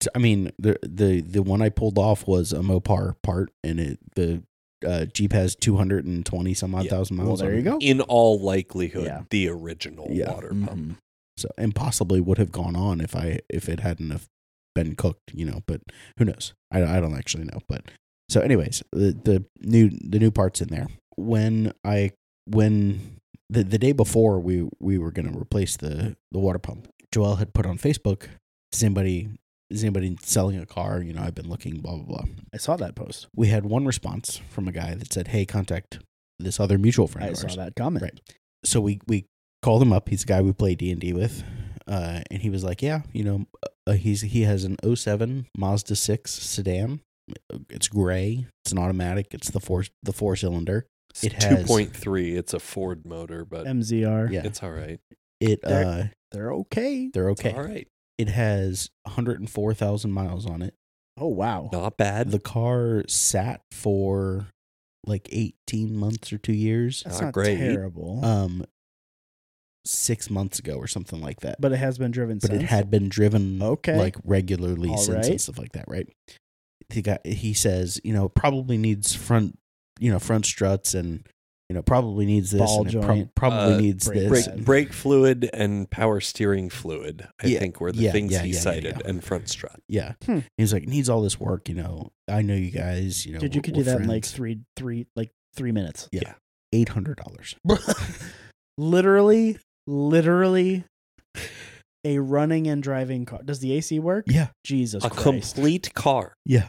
Speaker 1: So, I mean, the the the one I pulled off was a Mopar part, and it the uh, Jeep has two hundred and twenty some odd
Speaker 3: Yeah.
Speaker 1: thousand miles.
Speaker 2: Well, there
Speaker 1: on
Speaker 2: you
Speaker 1: it.
Speaker 2: go.
Speaker 3: *laughs* In all likelihood,
Speaker 2: Yeah.
Speaker 3: the original
Speaker 1: Yeah.
Speaker 3: water pump.
Speaker 2: Mhm.
Speaker 1: So, and possibly would have gone on if I if it hadn't have been cooked, you know. But who knows? I, I don't actually know. But so, anyways, the the new the new parts in there. When I when the the day before we we were gonna replace the the water pump, Joel had put on Facebook, "Does anybody is anybody selling a car? You know, I've been looking, blah blah blah."
Speaker 2: I saw that post.
Speaker 1: We had one response from a guy that said, "Hey, contact this other mutual friend."
Speaker 2: I
Speaker 1: of
Speaker 2: saw
Speaker 1: ours."
Speaker 2: that comment.
Speaker 1: Right. so we we called him up. He's a guy we play D and D with, uh, and he was like, "Yeah, you know, uh, he's he has an 07 Mazda six sedan. It's gray. It's an automatic. It's the four the four cylinder. It
Speaker 3: two
Speaker 1: has-
Speaker 3: point three. It's a Ford motor, but
Speaker 2: MZR.
Speaker 1: Yeah,
Speaker 3: it's all right.
Speaker 1: it
Speaker 2: They're-
Speaker 1: uh,
Speaker 2: They're okay.
Speaker 1: they're
Speaker 3: It's
Speaker 1: okay.
Speaker 3: all right.
Speaker 1: It has 104,000 miles on it.
Speaker 2: Oh wow.
Speaker 3: Not bad.
Speaker 1: The car sat for like 18 months or two years.
Speaker 2: That's
Speaker 3: not
Speaker 2: not,
Speaker 3: great.
Speaker 2: terrible.
Speaker 1: Um, six months ago or something like that.
Speaker 2: but it has been driven
Speaker 1: but
Speaker 2: since.
Speaker 1: it had been driven
Speaker 2: Okay.
Speaker 1: like regularly
Speaker 2: All
Speaker 1: since
Speaker 2: right.
Speaker 1: and stuff like that, right? The guy he says, you know, probably needs front, you know, front struts and you know probably needs this
Speaker 2: Ball
Speaker 1: and it prob-
Speaker 2: joint.
Speaker 1: probably
Speaker 3: Uh,
Speaker 1: needs
Speaker 2: brake
Speaker 1: this.
Speaker 3: brake,
Speaker 2: It's-
Speaker 3: brake fluid and power steering fluid, I
Speaker 1: Yeah,
Speaker 3: think, were the
Speaker 1: yeah,
Speaker 3: things
Speaker 1: yeah,
Speaker 3: he
Speaker 1: yeah, yeah,
Speaker 3: cited,
Speaker 1: yeah.
Speaker 3: and front strut.
Speaker 1: Yeah,
Speaker 2: Hmm.
Speaker 1: he's like needs all this work. You know, I know you guys. You know,
Speaker 2: Dude, you could do that in like three, three, like three minutes.
Speaker 1: eight hundred
Speaker 2: *laughs*
Speaker 1: dollars.
Speaker 2: Literally, literally, a running and driving car. Does the AC work?
Speaker 1: Yeah,
Speaker 2: Jesus
Speaker 3: A
Speaker 2: Christ!
Speaker 3: complete car.
Speaker 1: yeah,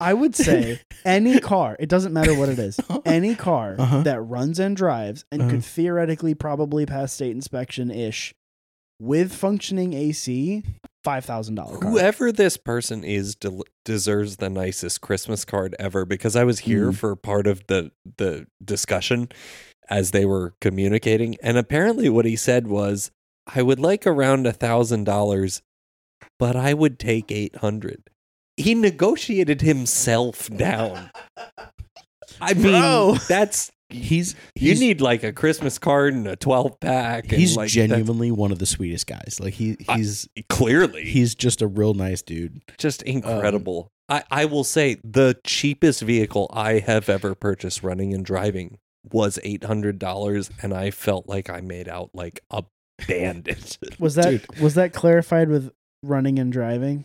Speaker 2: I would
Speaker 1: *laughs*
Speaker 2: say any car. It doesn't matter what it is. Any car
Speaker 1: Uh-huh.
Speaker 2: that runs and drives and
Speaker 1: Uh-huh.
Speaker 2: could theoretically probably pass state inspection ish, with functioning AC, five thousand dollar car.
Speaker 3: Whoever this person is del- deserves the nicest Christmas card ever because I was here
Speaker 2: Mm.
Speaker 3: for part of the the discussion as they were communicating and apparently what he said was I would like around a thousand dollars but I would take 800 he negotiated himself down *laughs* I mean
Speaker 2: Bro.
Speaker 3: that's
Speaker 1: he's,
Speaker 3: you
Speaker 1: he's
Speaker 3: need like a Christmas card and a 12 pack and
Speaker 1: he's
Speaker 3: like, that's-
Speaker 1: genuinely one of the sweetest guys. Like he
Speaker 3: I-
Speaker 1: he's
Speaker 3: clearly
Speaker 1: he's just a real nice dude.
Speaker 3: just
Speaker 2: Um,
Speaker 3: incredible. I, I will say the cheapest vehicle I have ever purchased running and driving was eight hundred dollars, and I felt like I made out like a bandit.
Speaker 2: *laughs* Was that
Speaker 1: Dude.
Speaker 2: was that clarified with running and driving?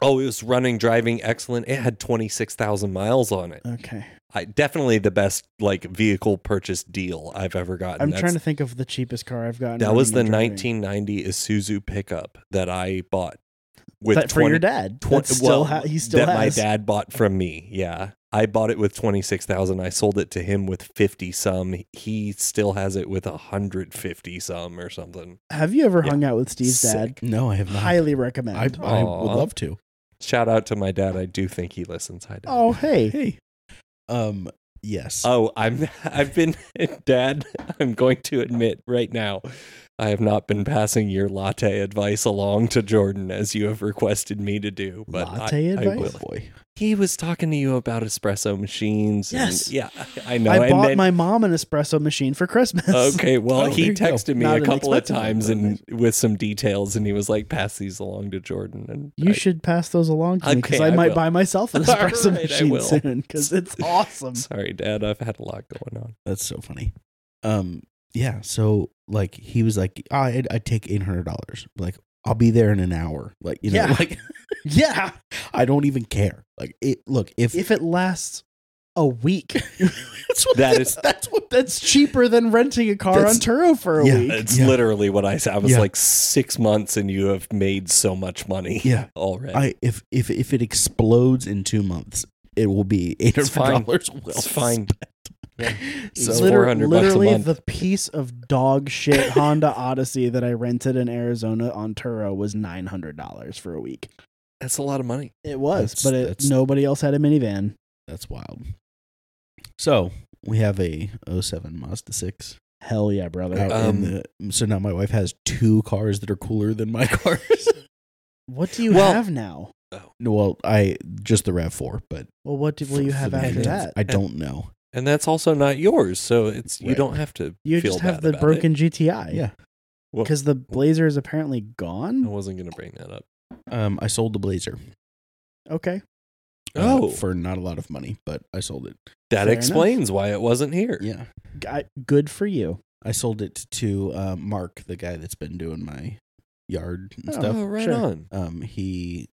Speaker 3: oh, it was running, driving, excellent. It had twenty six thousand miles on it.
Speaker 2: Okay.
Speaker 3: I definitely the best like vehicle purchase deal I've ever gotten.
Speaker 2: I'm
Speaker 3: That's-
Speaker 2: trying to think of the cheapest car I've gotten.
Speaker 3: That was the
Speaker 2: running and driving.
Speaker 3: 1990 Isuzu pickup that I bought with
Speaker 2: That- for
Speaker 3: 20
Speaker 2: your dad.
Speaker 3: twen-
Speaker 2: That's still
Speaker 3: well,
Speaker 2: ha- he still
Speaker 3: that my
Speaker 2: has.
Speaker 3: dad bought from me. Yeah. I bought it with 26,000. I sold it to him with 50 some. He still has it with 150 some or something.
Speaker 2: Have you ever
Speaker 3: Yeah.
Speaker 2: hung out with Steve's
Speaker 3: Sick.
Speaker 1: No, I have not.
Speaker 2: Highly
Speaker 1: I,
Speaker 2: recommend.
Speaker 1: I would
Speaker 3: Aw.
Speaker 1: love to.
Speaker 3: Shout out to my dad. I do think he listens. Hi, Dad.
Speaker 2: oh hey,
Speaker 1: Hey. Um. Yes.
Speaker 3: Oh, I'm *laughs* I've been dad, I'm going to admit right now I have not been passing your latte advice along to Jordan as you have requested me to do, but I-
Speaker 2: Latte
Speaker 3: I
Speaker 2: advice?
Speaker 3: will.
Speaker 1: Oh, boy.
Speaker 3: He was talking to you about espresso machines. and-
Speaker 2: Yes.
Speaker 3: yeah, I know.
Speaker 2: I
Speaker 3: and
Speaker 2: bought
Speaker 3: then-
Speaker 2: my mom an espresso machine for Christmas.
Speaker 3: Okay, well,
Speaker 1: Oh,
Speaker 3: he
Speaker 1: there you go.
Speaker 3: texted me
Speaker 2: Not
Speaker 3: a
Speaker 2: an
Speaker 3: couple of
Speaker 2: expensive one,
Speaker 3: times
Speaker 2: but
Speaker 3: and with some details, and he was like, "Pass these along to Jordan." And
Speaker 2: *laughs* You
Speaker 3: I-
Speaker 2: should pass those along to me because
Speaker 3: Okay,
Speaker 2: I
Speaker 3: I
Speaker 2: might
Speaker 3: will.
Speaker 2: buy myself an
Speaker 3: *laughs* All
Speaker 2: espresso
Speaker 3: right, I
Speaker 2: machine
Speaker 3: will.
Speaker 2: soon
Speaker 3: *laughs*
Speaker 2: because it's awesome.
Speaker 3: Sorry, Dad, I've had a lot going on.
Speaker 1: That's so funny. Um, yeah. So like he was like, I I take eight hundred dollars. Like I'll be there in an hour. Like you know,
Speaker 2: Yeah.
Speaker 1: like
Speaker 2: yeah,
Speaker 1: *laughs* I don't even care. Like it. Look, if,
Speaker 2: if it lasts a
Speaker 3: *laughs*
Speaker 2: week,
Speaker 1: *laughs*
Speaker 2: *laughs*
Speaker 1: that's what
Speaker 3: That is-
Speaker 1: *laughs* that's what
Speaker 2: that's cheaper than renting a car
Speaker 1: That's-
Speaker 2: on Turo for a
Speaker 1: Yeah.
Speaker 2: week.
Speaker 3: It's
Speaker 1: Yeah.
Speaker 3: literally what I said. I was
Speaker 1: Yeah.
Speaker 3: like six months, and you have made so much money
Speaker 1: *laughs* yeah.
Speaker 3: already.
Speaker 1: I if if if it explodes in two months, it will be eight
Speaker 3: It's fine.
Speaker 1: hundred dollars. *laughs* Well,
Speaker 3: it's fine. Yeah.
Speaker 1: So-
Speaker 3: It's
Speaker 2: Liter-
Speaker 3: 400 bucks a
Speaker 2: literally
Speaker 3: month.
Speaker 2: the piece of dog shit Honda Odyssey that I rented in Arizona on Turo was nine hundred dollars for a week.
Speaker 3: That's a lot of money.
Speaker 2: It was,
Speaker 1: That's-
Speaker 2: but it,
Speaker 1: that's-
Speaker 2: nobody else had a minivan.
Speaker 1: That's wild. So we have a 07 Mazda six.
Speaker 2: Hell yeah, brother!
Speaker 1: Out
Speaker 3: Um,
Speaker 1: in the, so now my wife has two cars that are cooler than my *laughs* cars.
Speaker 2: what do you
Speaker 3: well-
Speaker 2: have now?
Speaker 1: No, well, I just the Rav Four, but
Speaker 2: Well, what do, will you
Speaker 1: for
Speaker 2: have
Speaker 1: the
Speaker 2: after
Speaker 1: maintenance,
Speaker 2: that?
Speaker 1: I don't know.
Speaker 3: And that's also not yours, so it's you
Speaker 1: Right.
Speaker 3: don't have to.
Speaker 2: You
Speaker 3: feel
Speaker 2: just have
Speaker 3: bad
Speaker 2: the
Speaker 3: about
Speaker 2: broken
Speaker 3: It.
Speaker 2: GTI.
Speaker 1: Yeah.
Speaker 3: Well-
Speaker 2: Because the Blazer is apparently
Speaker 3: I
Speaker 2: gone.
Speaker 3: wasn't going to bring that up.
Speaker 1: Um, I sold the Blazer. Oh.
Speaker 2: Okay.
Speaker 1: uh,
Speaker 3: Oh,
Speaker 1: for not a lot of money, but I sold it.
Speaker 3: that
Speaker 2: fair
Speaker 3: explains why it wasn't here.
Speaker 1: Yeah,
Speaker 2: G- good for you.
Speaker 1: I sold it to uh, Mark, the guy that's been doing my yard and
Speaker 2: Oh.
Speaker 1: stuff.
Speaker 3: Oh, right
Speaker 2: Sure.
Speaker 3: on.
Speaker 1: Um, he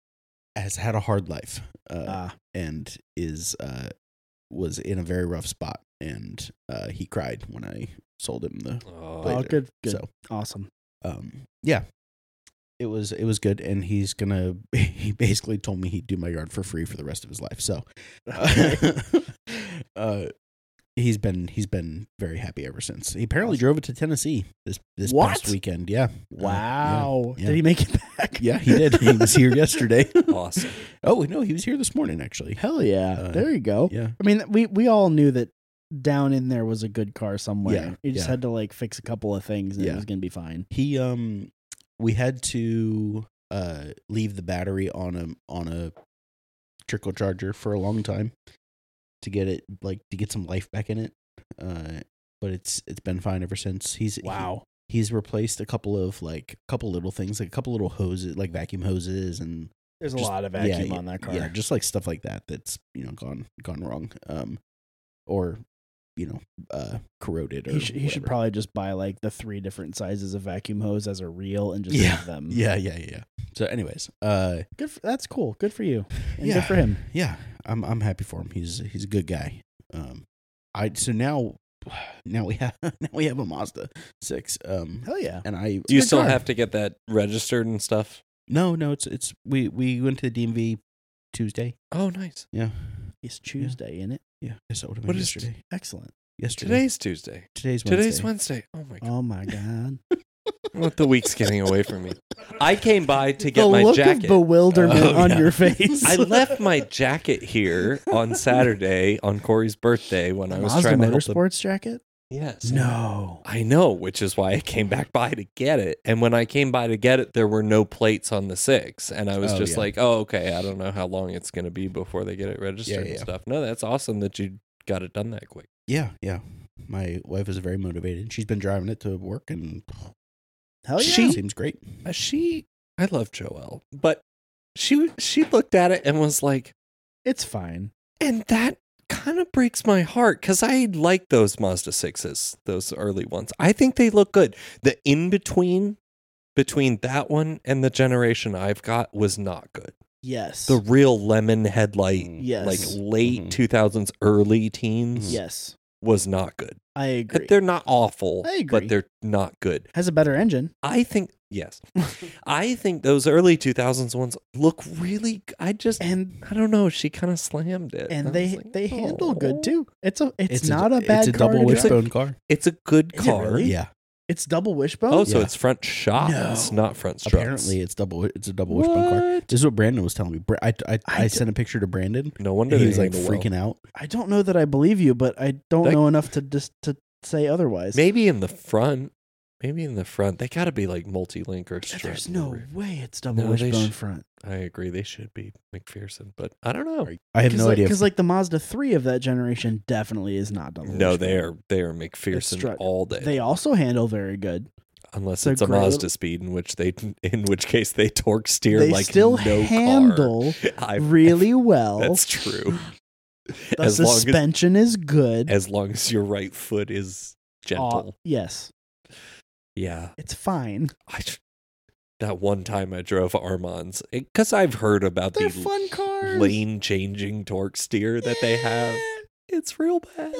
Speaker 1: has had a hard life, uh,
Speaker 2: Ah,
Speaker 1: and is uh was in a very rough spot, and uh, he cried when I sold him the
Speaker 3: Oh,
Speaker 2: oh,
Speaker 1: Blazer.
Speaker 2: good, good,
Speaker 1: so
Speaker 2: awesome.
Speaker 1: um yeah it was it was good and he's gonna *laughs* he basically told me he'd do my yard for free for the rest of his life
Speaker 2: *laughs*
Speaker 1: so uh, uh he's been he's been very happy ever since he apparently drove it to tennessee this this past
Speaker 2: What?
Speaker 1: weekend uh, yeah
Speaker 2: Wow.
Speaker 1: yeah.
Speaker 2: Did he make it back?
Speaker 1: yeah he
Speaker 2: *laughs*
Speaker 1: did he was here yesterday *laughs*
Speaker 3: awesome.
Speaker 1: oh no he was here this morning actually
Speaker 2: Hell yeah.
Speaker 1: Uh,
Speaker 2: there you go.
Speaker 1: yeah
Speaker 2: I mean, we we all knew that down in there was a good car somewhere.
Speaker 1: Yeah,
Speaker 2: you just
Speaker 1: yeah.
Speaker 2: had to like fix a couple of things and it
Speaker 1: Yeah.
Speaker 2: was gonna be fine.
Speaker 1: he um we had to uh leave the battery on a on a trickle charger for a long time to get it like to get some life back in it uh but it's it's been fine ever since he's he-
Speaker 2: Wow.
Speaker 1: he's replaced a couple of like a couple little things like a couple little hoses like vacuum hoses and
Speaker 2: There's a
Speaker 1: Just-
Speaker 2: lot of
Speaker 1: yeah,
Speaker 2: vacuum on that car.
Speaker 1: yeah just like stuff like that that's you know gone gone wrong um or you know uh corroded or
Speaker 2: he, sh- he should
Speaker 1: whatever.
Speaker 2: probably just buy like the three different sizes of vacuum hose as a reel and just
Speaker 1: Yeah.
Speaker 2: have them.
Speaker 1: yeah yeah yeah yeah so anyways uh
Speaker 2: Good for, that's cool. Good for you. And
Speaker 1: Yeah.
Speaker 2: good for him.
Speaker 1: yeah, I'm I'm happy for him. He's he's a good guy. Um, I so now *sighs* now we have *laughs* now we have a Mazda six. Um,
Speaker 2: Hell yeah.
Speaker 1: and I
Speaker 3: Do you
Speaker 1: Good
Speaker 3: still
Speaker 1: car.
Speaker 3: have to get that registered and stuff?
Speaker 1: no no it's it's we we went to the DMV Tuesday.
Speaker 3: Oh, nice.
Speaker 1: Yeah,
Speaker 2: It's Tuesday, in it?
Speaker 1: yeah. Guess that would have
Speaker 3: What
Speaker 1: been
Speaker 3: is
Speaker 1: yesterday.
Speaker 2: Excellent.
Speaker 1: yesterday.
Speaker 3: Today's Tuesday.
Speaker 1: Today's Wednesday.
Speaker 3: Today's Wednesday. Oh my god.
Speaker 2: Oh my
Speaker 1: *laughs*
Speaker 2: god.
Speaker 3: What the week's getting away from
Speaker 2: *laughs*
Speaker 3: me. *laughs* I came by to get
Speaker 2: the
Speaker 3: my
Speaker 2: look
Speaker 3: jacket.
Speaker 2: of bewilderment
Speaker 1: Oh,
Speaker 2: on
Speaker 1: yeah.
Speaker 2: your face.
Speaker 1: *laughs*
Speaker 3: I left *laughs* my jacket here on Saturday on Corey's birthday when I was
Speaker 2: Mazda
Speaker 3: trying to help him.
Speaker 2: Motorsports jacket?
Speaker 3: Yes.
Speaker 2: No.
Speaker 3: I know, which is why I came back by to get it. And when I came by to get it, there were no plates on the six. And I was
Speaker 1: Oh,
Speaker 3: just
Speaker 1: yeah.
Speaker 3: like, oh, okay, I don't know how long it's going to be before they get it registered
Speaker 1: Yeah,
Speaker 3: and
Speaker 1: yeah.
Speaker 3: stuff. No, that's awesome that you got it done that quick.
Speaker 1: Yeah, yeah. My wife is very motivated. She's been driving it to work and
Speaker 2: Hell yeah.
Speaker 1: she seems great.
Speaker 3: Uh, She, I love Joelle, but she she looked at it and was like,
Speaker 2: it's fine.
Speaker 3: and that kind of breaks my heart because I like those Mazda 6s, those early ones. I think they look good. The in between between that one and the generation I've got was not good.
Speaker 2: Yes.
Speaker 3: The real lemon headlight,
Speaker 1: Mm.
Speaker 2: yes. Mm-hmm.
Speaker 3: like late
Speaker 1: Mhm.
Speaker 3: 2000s, early teens,
Speaker 2: yes.
Speaker 3: was not good.
Speaker 2: I agree.
Speaker 3: They're not awful,
Speaker 2: I agree.
Speaker 3: but they're not good.
Speaker 2: Has a better engine.
Speaker 3: I think,
Speaker 2: *laughs*
Speaker 3: yes, I think those early 2000s ones look really, g- I just,
Speaker 2: And
Speaker 3: I don't know. She kind of slammed it. I
Speaker 2: and
Speaker 3: was
Speaker 2: they
Speaker 3: like,
Speaker 2: they handle
Speaker 3: "Oh."
Speaker 2: good too. It's a it's,
Speaker 1: a-
Speaker 2: not a,
Speaker 1: It's
Speaker 2: bad
Speaker 1: a
Speaker 2: car.
Speaker 1: double
Speaker 2: to drive.
Speaker 1: wishbone car.
Speaker 3: It's a good
Speaker 2: Is it
Speaker 3: car.
Speaker 2: really?
Speaker 1: Yeah,
Speaker 2: It's double wishbone.
Speaker 3: Oh, so
Speaker 1: Yeah.
Speaker 3: it's front shocks,
Speaker 2: No.
Speaker 3: not front struts.
Speaker 1: apparently it's double. It's a double wishbone car.
Speaker 3: What?
Speaker 1: This is what Brandon was telling me. Bra- I I, I,
Speaker 2: I d-
Speaker 1: sent a picture to Brandon.
Speaker 3: No wonder
Speaker 1: And he was
Speaker 3: he's
Speaker 1: like freaking out.
Speaker 2: I don't know that I believe you, but I don't
Speaker 3: That-
Speaker 2: know enough to just to say otherwise.
Speaker 3: Maybe in the front. Maybe in the front. They got to be like multi link or strut.
Speaker 2: There's no
Speaker 3: or-
Speaker 2: way it's double
Speaker 3: No, they
Speaker 2: wishbone
Speaker 3: sh-
Speaker 2: front.
Speaker 3: I agree. They should be McPherson, but I don't know.
Speaker 1: I have
Speaker 2: 'Cause
Speaker 1: no
Speaker 2: like,
Speaker 1: idea.
Speaker 2: Because like the Mazda three of that generation definitely is not double.
Speaker 3: No,
Speaker 2: wishbone.
Speaker 3: they are they are McPherson
Speaker 2: strut.
Speaker 3: all day.
Speaker 2: They also handle very good.
Speaker 3: Unless
Speaker 2: they're
Speaker 3: it's a
Speaker 2: great
Speaker 3: Mazda
Speaker 2: little-
Speaker 3: speed, in which they *laughs* in which case they torque steer
Speaker 2: They
Speaker 3: like
Speaker 2: still
Speaker 3: no *laughs*
Speaker 2: handle
Speaker 3: car. I've-
Speaker 2: really
Speaker 3: *laughs*
Speaker 2: well.
Speaker 3: That's true.
Speaker 2: The
Speaker 3: as long as
Speaker 2: suspension is good.
Speaker 3: as long as your right foot is
Speaker 2: Aw,
Speaker 3: gentle.
Speaker 2: yes,
Speaker 3: Yeah.
Speaker 2: it's fine.
Speaker 3: I j- that one time I drove Armands because I've heard about
Speaker 2: They're
Speaker 3: the
Speaker 2: fun cars.
Speaker 3: lane changing torque steer that they have. It's real bad.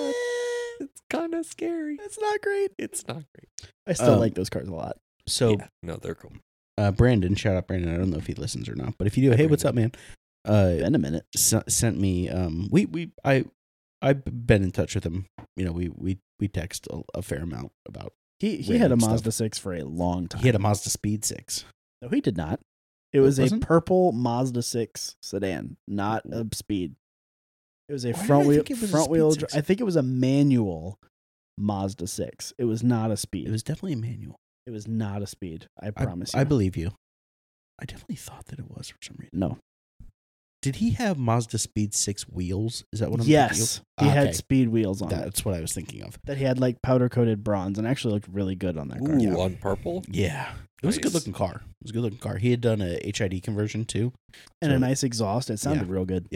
Speaker 3: It's kind of scary.
Speaker 2: It's not great.
Speaker 3: It's not great.
Speaker 2: I still
Speaker 1: Um,
Speaker 2: like those cars a lot.
Speaker 1: so
Speaker 3: yeah, no, they're cool.
Speaker 1: uh, Brandon, shout out Brandon. I don't know if he listens or not, but if you do, hey, what's up, man? Uh,
Speaker 2: Been a minute.
Speaker 1: s- sent me. Um, we we I I've been in touch with him. You know, we we we text a, a fair amount about.
Speaker 2: He he had a
Speaker 1: Random stuff.
Speaker 2: Mazda six for a long time.
Speaker 1: He had a Mazda Speed Six.
Speaker 2: no, he did not. It
Speaker 1: Oh,
Speaker 2: was a
Speaker 1: wasn't?
Speaker 2: purple Mazda six sedan, not a speed. It was a
Speaker 1: Why did
Speaker 2: front
Speaker 1: I
Speaker 2: wheel
Speaker 1: think it was a
Speaker 2: front
Speaker 1: Speed
Speaker 2: wheel.
Speaker 1: Six?
Speaker 2: dri- I think it was a manual Mazda six. It was not a speed.
Speaker 1: It was definitely a manual.
Speaker 2: It was not a speed. I
Speaker 1: I
Speaker 2: promise
Speaker 1: I
Speaker 2: you.
Speaker 1: believe you. I definitely thought that it was for some reason.
Speaker 2: no.
Speaker 1: Did he have Mazda Speed Six wheels? Is that what I'm? thinking of?
Speaker 2: Yes, he
Speaker 1: Okay.
Speaker 2: had speed wheels on it.
Speaker 1: That's what I was thinking of.
Speaker 2: That he had like powder coated bronze and actually looked really good on that car.
Speaker 3: Ooh, on purple.
Speaker 2: Mm.
Speaker 1: Yeah. It was a
Speaker 3: Nice.
Speaker 1: good looking car. It was a good looking car. He had done a HID conversion too.
Speaker 2: And a
Speaker 1: So,
Speaker 2: nice exhaust. It sounded real good.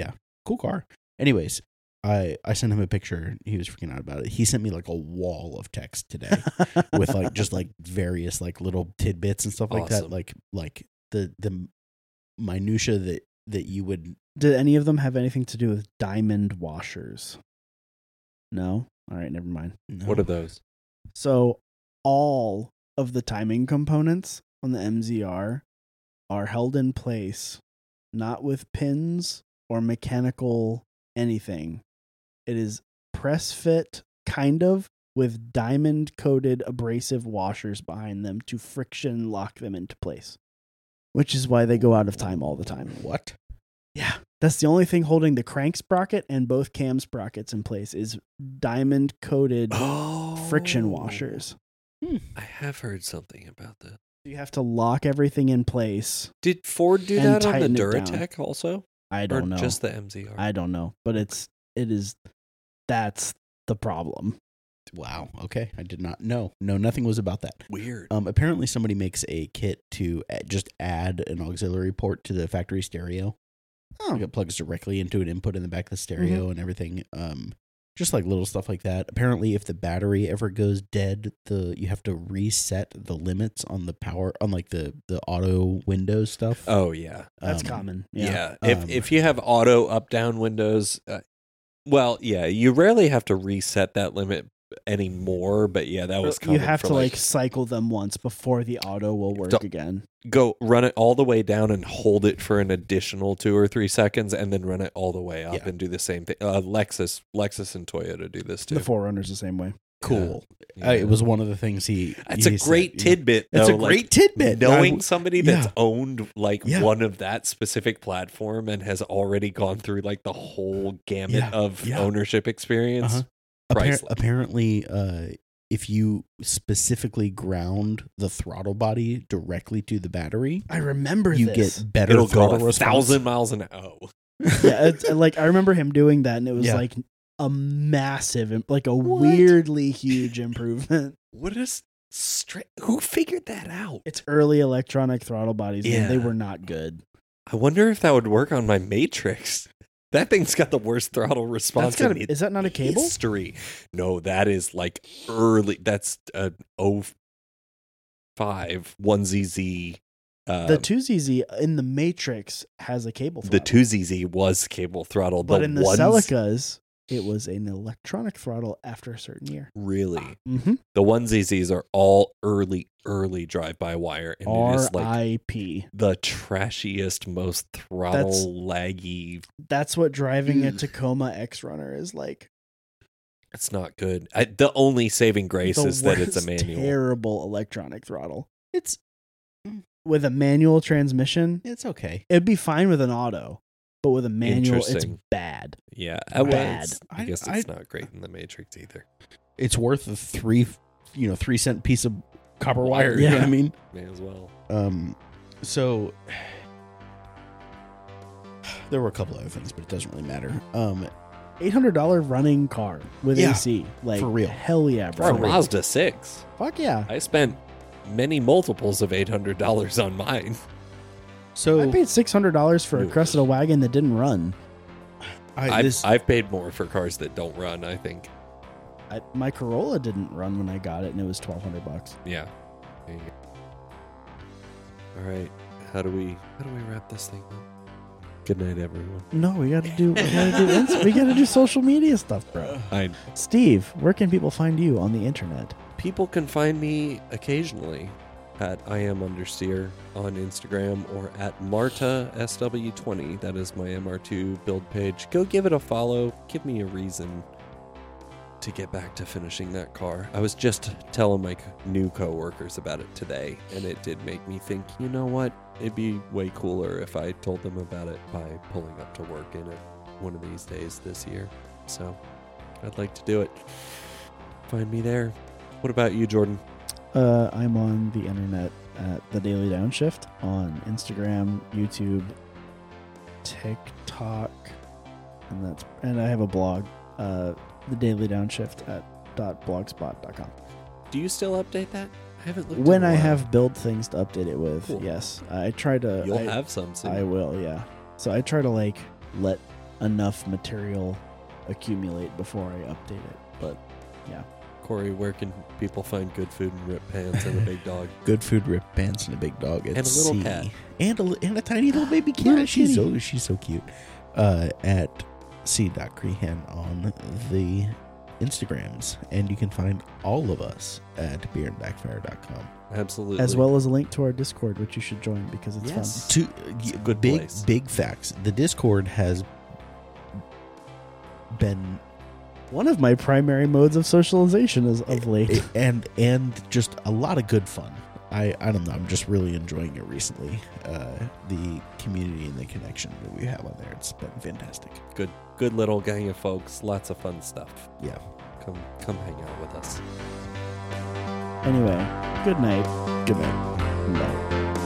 Speaker 1: cool car. Anyways, I I sent him a picture. He was freaking out about it. He sent me like a wall of text today with like just
Speaker 2: *laughs*
Speaker 1: like various like little tidbits and stuff like that.
Speaker 3: Awesome.
Speaker 1: Like like the the minutia that that you would
Speaker 2: Did any of them have anything to do with diamond washers? No? All right, never mind.
Speaker 1: know.
Speaker 3: What are those?
Speaker 2: So, all of the timing components on the MZR are held in place not with pins or mechanical anything. It is press fit, kind of, with diamond coated abrasive washers behind them to friction lock them into place, which is why they go out of time all the time.
Speaker 1: what?
Speaker 2: Yeah. That's the only thing holding the crank sprocket and both cam sprockets in place is diamond coated
Speaker 3: Oh,
Speaker 2: friction washers.
Speaker 3: I have heard something about that.
Speaker 2: You have to lock everything in place.
Speaker 3: Did Ford do
Speaker 2: And
Speaker 3: that on the
Speaker 2: tighten it down.
Speaker 3: Duratec also?
Speaker 2: I
Speaker 3: or
Speaker 2: don't know.
Speaker 3: Just the MZR.
Speaker 2: I don't know, but it's it is that's the problem.
Speaker 1: Wow. Okay. I did not know. No, nothing was about that.
Speaker 3: Weird.
Speaker 1: Um apparently somebody makes a kit to a- just add an auxiliary port to the factory stereo.
Speaker 3: Oh.
Speaker 1: Like it plugs directly into an input in the back of the stereo
Speaker 3: Mm-hmm.
Speaker 1: and everything. Um, just like little stuff like that. Apparently, if the battery ever goes dead, the you have to reset the limits on the power on like the the auto window stuff.
Speaker 3: oh yeah.
Speaker 2: That's
Speaker 1: Um,
Speaker 2: common. Yeah.
Speaker 3: Yeah. If
Speaker 1: Um,
Speaker 3: if you have auto up down windows, uh, well, yeah, you rarely have to reset that limit anymore. But yeah, that was
Speaker 2: you
Speaker 3: common
Speaker 2: have
Speaker 3: for,
Speaker 2: to like cycle them once before the auto will work
Speaker 3: Don't-
Speaker 2: again.
Speaker 3: go run it all the way down and hold it for an additional two or three seconds, and then run it all the way up
Speaker 1: Yeah.
Speaker 3: and do the same thing. Uh, Lexus, Lexus, and Toyota do this too.
Speaker 2: The Forerunner's the same way.
Speaker 1: Cool.
Speaker 3: Yeah.
Speaker 1: Uh, it was one of the things he.
Speaker 3: That's a
Speaker 1: he said,
Speaker 3: great
Speaker 1: you know.
Speaker 3: tidbit.
Speaker 1: It's
Speaker 3: though,
Speaker 1: a
Speaker 3: like,
Speaker 1: great tidbit.
Speaker 3: knowing
Speaker 1: I-
Speaker 3: somebody
Speaker 1: yeah.
Speaker 3: that's owned like
Speaker 1: Yeah.
Speaker 3: one of that specific platform and has already gone through like the whole gamut
Speaker 1: Yeah.
Speaker 3: of
Speaker 1: Yeah.
Speaker 3: ownership experience.
Speaker 1: Uh-huh. appar-
Speaker 3: priceless.
Speaker 1: apparently, uh, if you specifically ground the throttle body directly to the battery,
Speaker 2: I remember
Speaker 1: you
Speaker 2: this.
Speaker 1: get better
Speaker 3: It'll go
Speaker 1: throttle
Speaker 3: a
Speaker 1: response.
Speaker 3: thousand miles an hour.
Speaker 2: *laughs* yeah, it's, like I remember him doing that, and it was
Speaker 1: Yeah.
Speaker 2: like a massive, im- like a
Speaker 3: What?
Speaker 2: weirdly huge improvement.
Speaker 3: What is straight? Who figured that out?
Speaker 2: It's early electronic throttle bodies, and they
Speaker 3: Yeah.
Speaker 2: were not good.
Speaker 3: I wonder if that would work on my Matrix. *laughs* That thing's got the worst throttle response
Speaker 2: That's gotta
Speaker 3: in
Speaker 2: be,
Speaker 3: its
Speaker 2: is that not a cable?
Speaker 3: history. No, that is like early. That's a oh five one ZZ. Uh,
Speaker 2: the two ZZ in the Matrix has a cable.
Speaker 3: the
Speaker 2: throttle.
Speaker 3: two ZZ was cable throttle,
Speaker 2: but
Speaker 3: the
Speaker 2: in the
Speaker 3: ones,
Speaker 2: Celicas, it was an electronic throttle after a certain year.
Speaker 3: Really,
Speaker 2: Mm-hmm.
Speaker 3: the one ZZs are all early, early drive by wire, and it is like
Speaker 2: R.I.P.
Speaker 3: the trashiest, most throttle laggy.
Speaker 2: That's what driving a Tacoma X Runner is like.
Speaker 3: It's not good. I, the only saving grace
Speaker 2: The
Speaker 3: is that it's a
Speaker 2: worst,
Speaker 3: manual.
Speaker 2: Terrible electronic throttle mm,
Speaker 1: It's
Speaker 2: with a manual transmission.
Speaker 1: it's okay.
Speaker 2: It'd be fine with an auto, but with a manual, it's
Speaker 3: Interesting.
Speaker 2: bad.
Speaker 3: Yeah, I was.
Speaker 2: Bad.
Speaker 3: I
Speaker 1: I-
Speaker 3: guess
Speaker 1: I-
Speaker 3: it's not great in the Matrix either.
Speaker 1: It's worth a three, you know, three cent piece of copper wire. You
Speaker 2: Yeah.
Speaker 1: know what I mean?
Speaker 3: May as well.
Speaker 1: Um, so *sighs* there were a couple other things, but it doesn't really matter. Um,
Speaker 2: Eight hundred dollar running car with
Speaker 1: Yeah.
Speaker 2: AC, like
Speaker 1: For real.
Speaker 2: Hell yeah,
Speaker 3: For
Speaker 2: bro.
Speaker 3: a Mazda six,
Speaker 2: Fuck yeah.
Speaker 3: I spent many multiples of eight hundred dollars on mine.
Speaker 1: so
Speaker 2: I paid six hundred dollars for a
Speaker 3: Oof.
Speaker 2: Cressida wagon that didn't run.
Speaker 1: I,
Speaker 3: I've,
Speaker 1: this,
Speaker 3: I've paid more for cars that don't run. I think.
Speaker 2: I, my Corolla didn't run when I got it, and it was twelve hundred bucks.
Speaker 3: Yeah. There you go. All right. How do we how do we wrap this thing up? Good night, everyone.
Speaker 2: No, we got to do we got *laughs* to do ins- we got to do social media stuff, bro.
Speaker 3: I
Speaker 2: Steve, where can people find you on the internet?
Speaker 3: people can find me occasionally at I am understeer on Instagram or at Marta SW20. That is my MR2 build page. Go give it a follow. Give me a reason to get back to finishing that car. I was just telling my co- new coworkers about it today, and it did make me think. You know what? It'd be way cooler if I told them about it by pulling up to work in it one of these days this year. So I'd like to do it. Find me there. What about you, Jordan?
Speaker 2: Uh, I'm on the internet at the Daily Downshift on Instagram, YouTube, TikTok, and that's and I have a blog, uh, the Daily Downshift at dot blogspot.com.
Speaker 3: Do you still update that? I haven't looked. in
Speaker 2: When
Speaker 3: a
Speaker 2: I
Speaker 3: while.
Speaker 2: have build things to update it with,
Speaker 3: Cool.
Speaker 2: yes, I try to.
Speaker 3: you'll
Speaker 2: I,
Speaker 3: have some soon.
Speaker 2: I will, yeah. So I try to like let enough material accumulate before I update it. But
Speaker 3: Corey, where can people find good food and rip pants and a big
Speaker 2: *laughs*
Speaker 3: dog?
Speaker 1: good food rip pants and a big dog at
Speaker 3: And a little
Speaker 1: sea.
Speaker 3: cat.
Speaker 1: and a li- and a tiny little baby cat.
Speaker 2: Little
Speaker 1: she's
Speaker 2: kitty.
Speaker 1: so she's so cute. Uh, at c.crehan on the Instagrams, and you can find all of us at beerandbackfire.com.
Speaker 3: Absolutely.
Speaker 2: as well as a link to our Discord, which you should join because it's
Speaker 3: Yes.
Speaker 1: Two
Speaker 3: It's a good
Speaker 1: good big
Speaker 3: place.
Speaker 1: big facts. The Discord has been
Speaker 2: fun. One of my primary modes of socialization is of late.
Speaker 1: it- and and just a lot of good fun. I, I don't know. I'm just really enjoying it recently. Uh, the community and the connection that we have on there. It's been fantastic.
Speaker 3: good, good little gang of folks. Lots of fun stuff.
Speaker 1: Yeah.
Speaker 3: Come, come hang out with us.
Speaker 2: anyway, good night.
Speaker 1: Good night.
Speaker 2: Bye.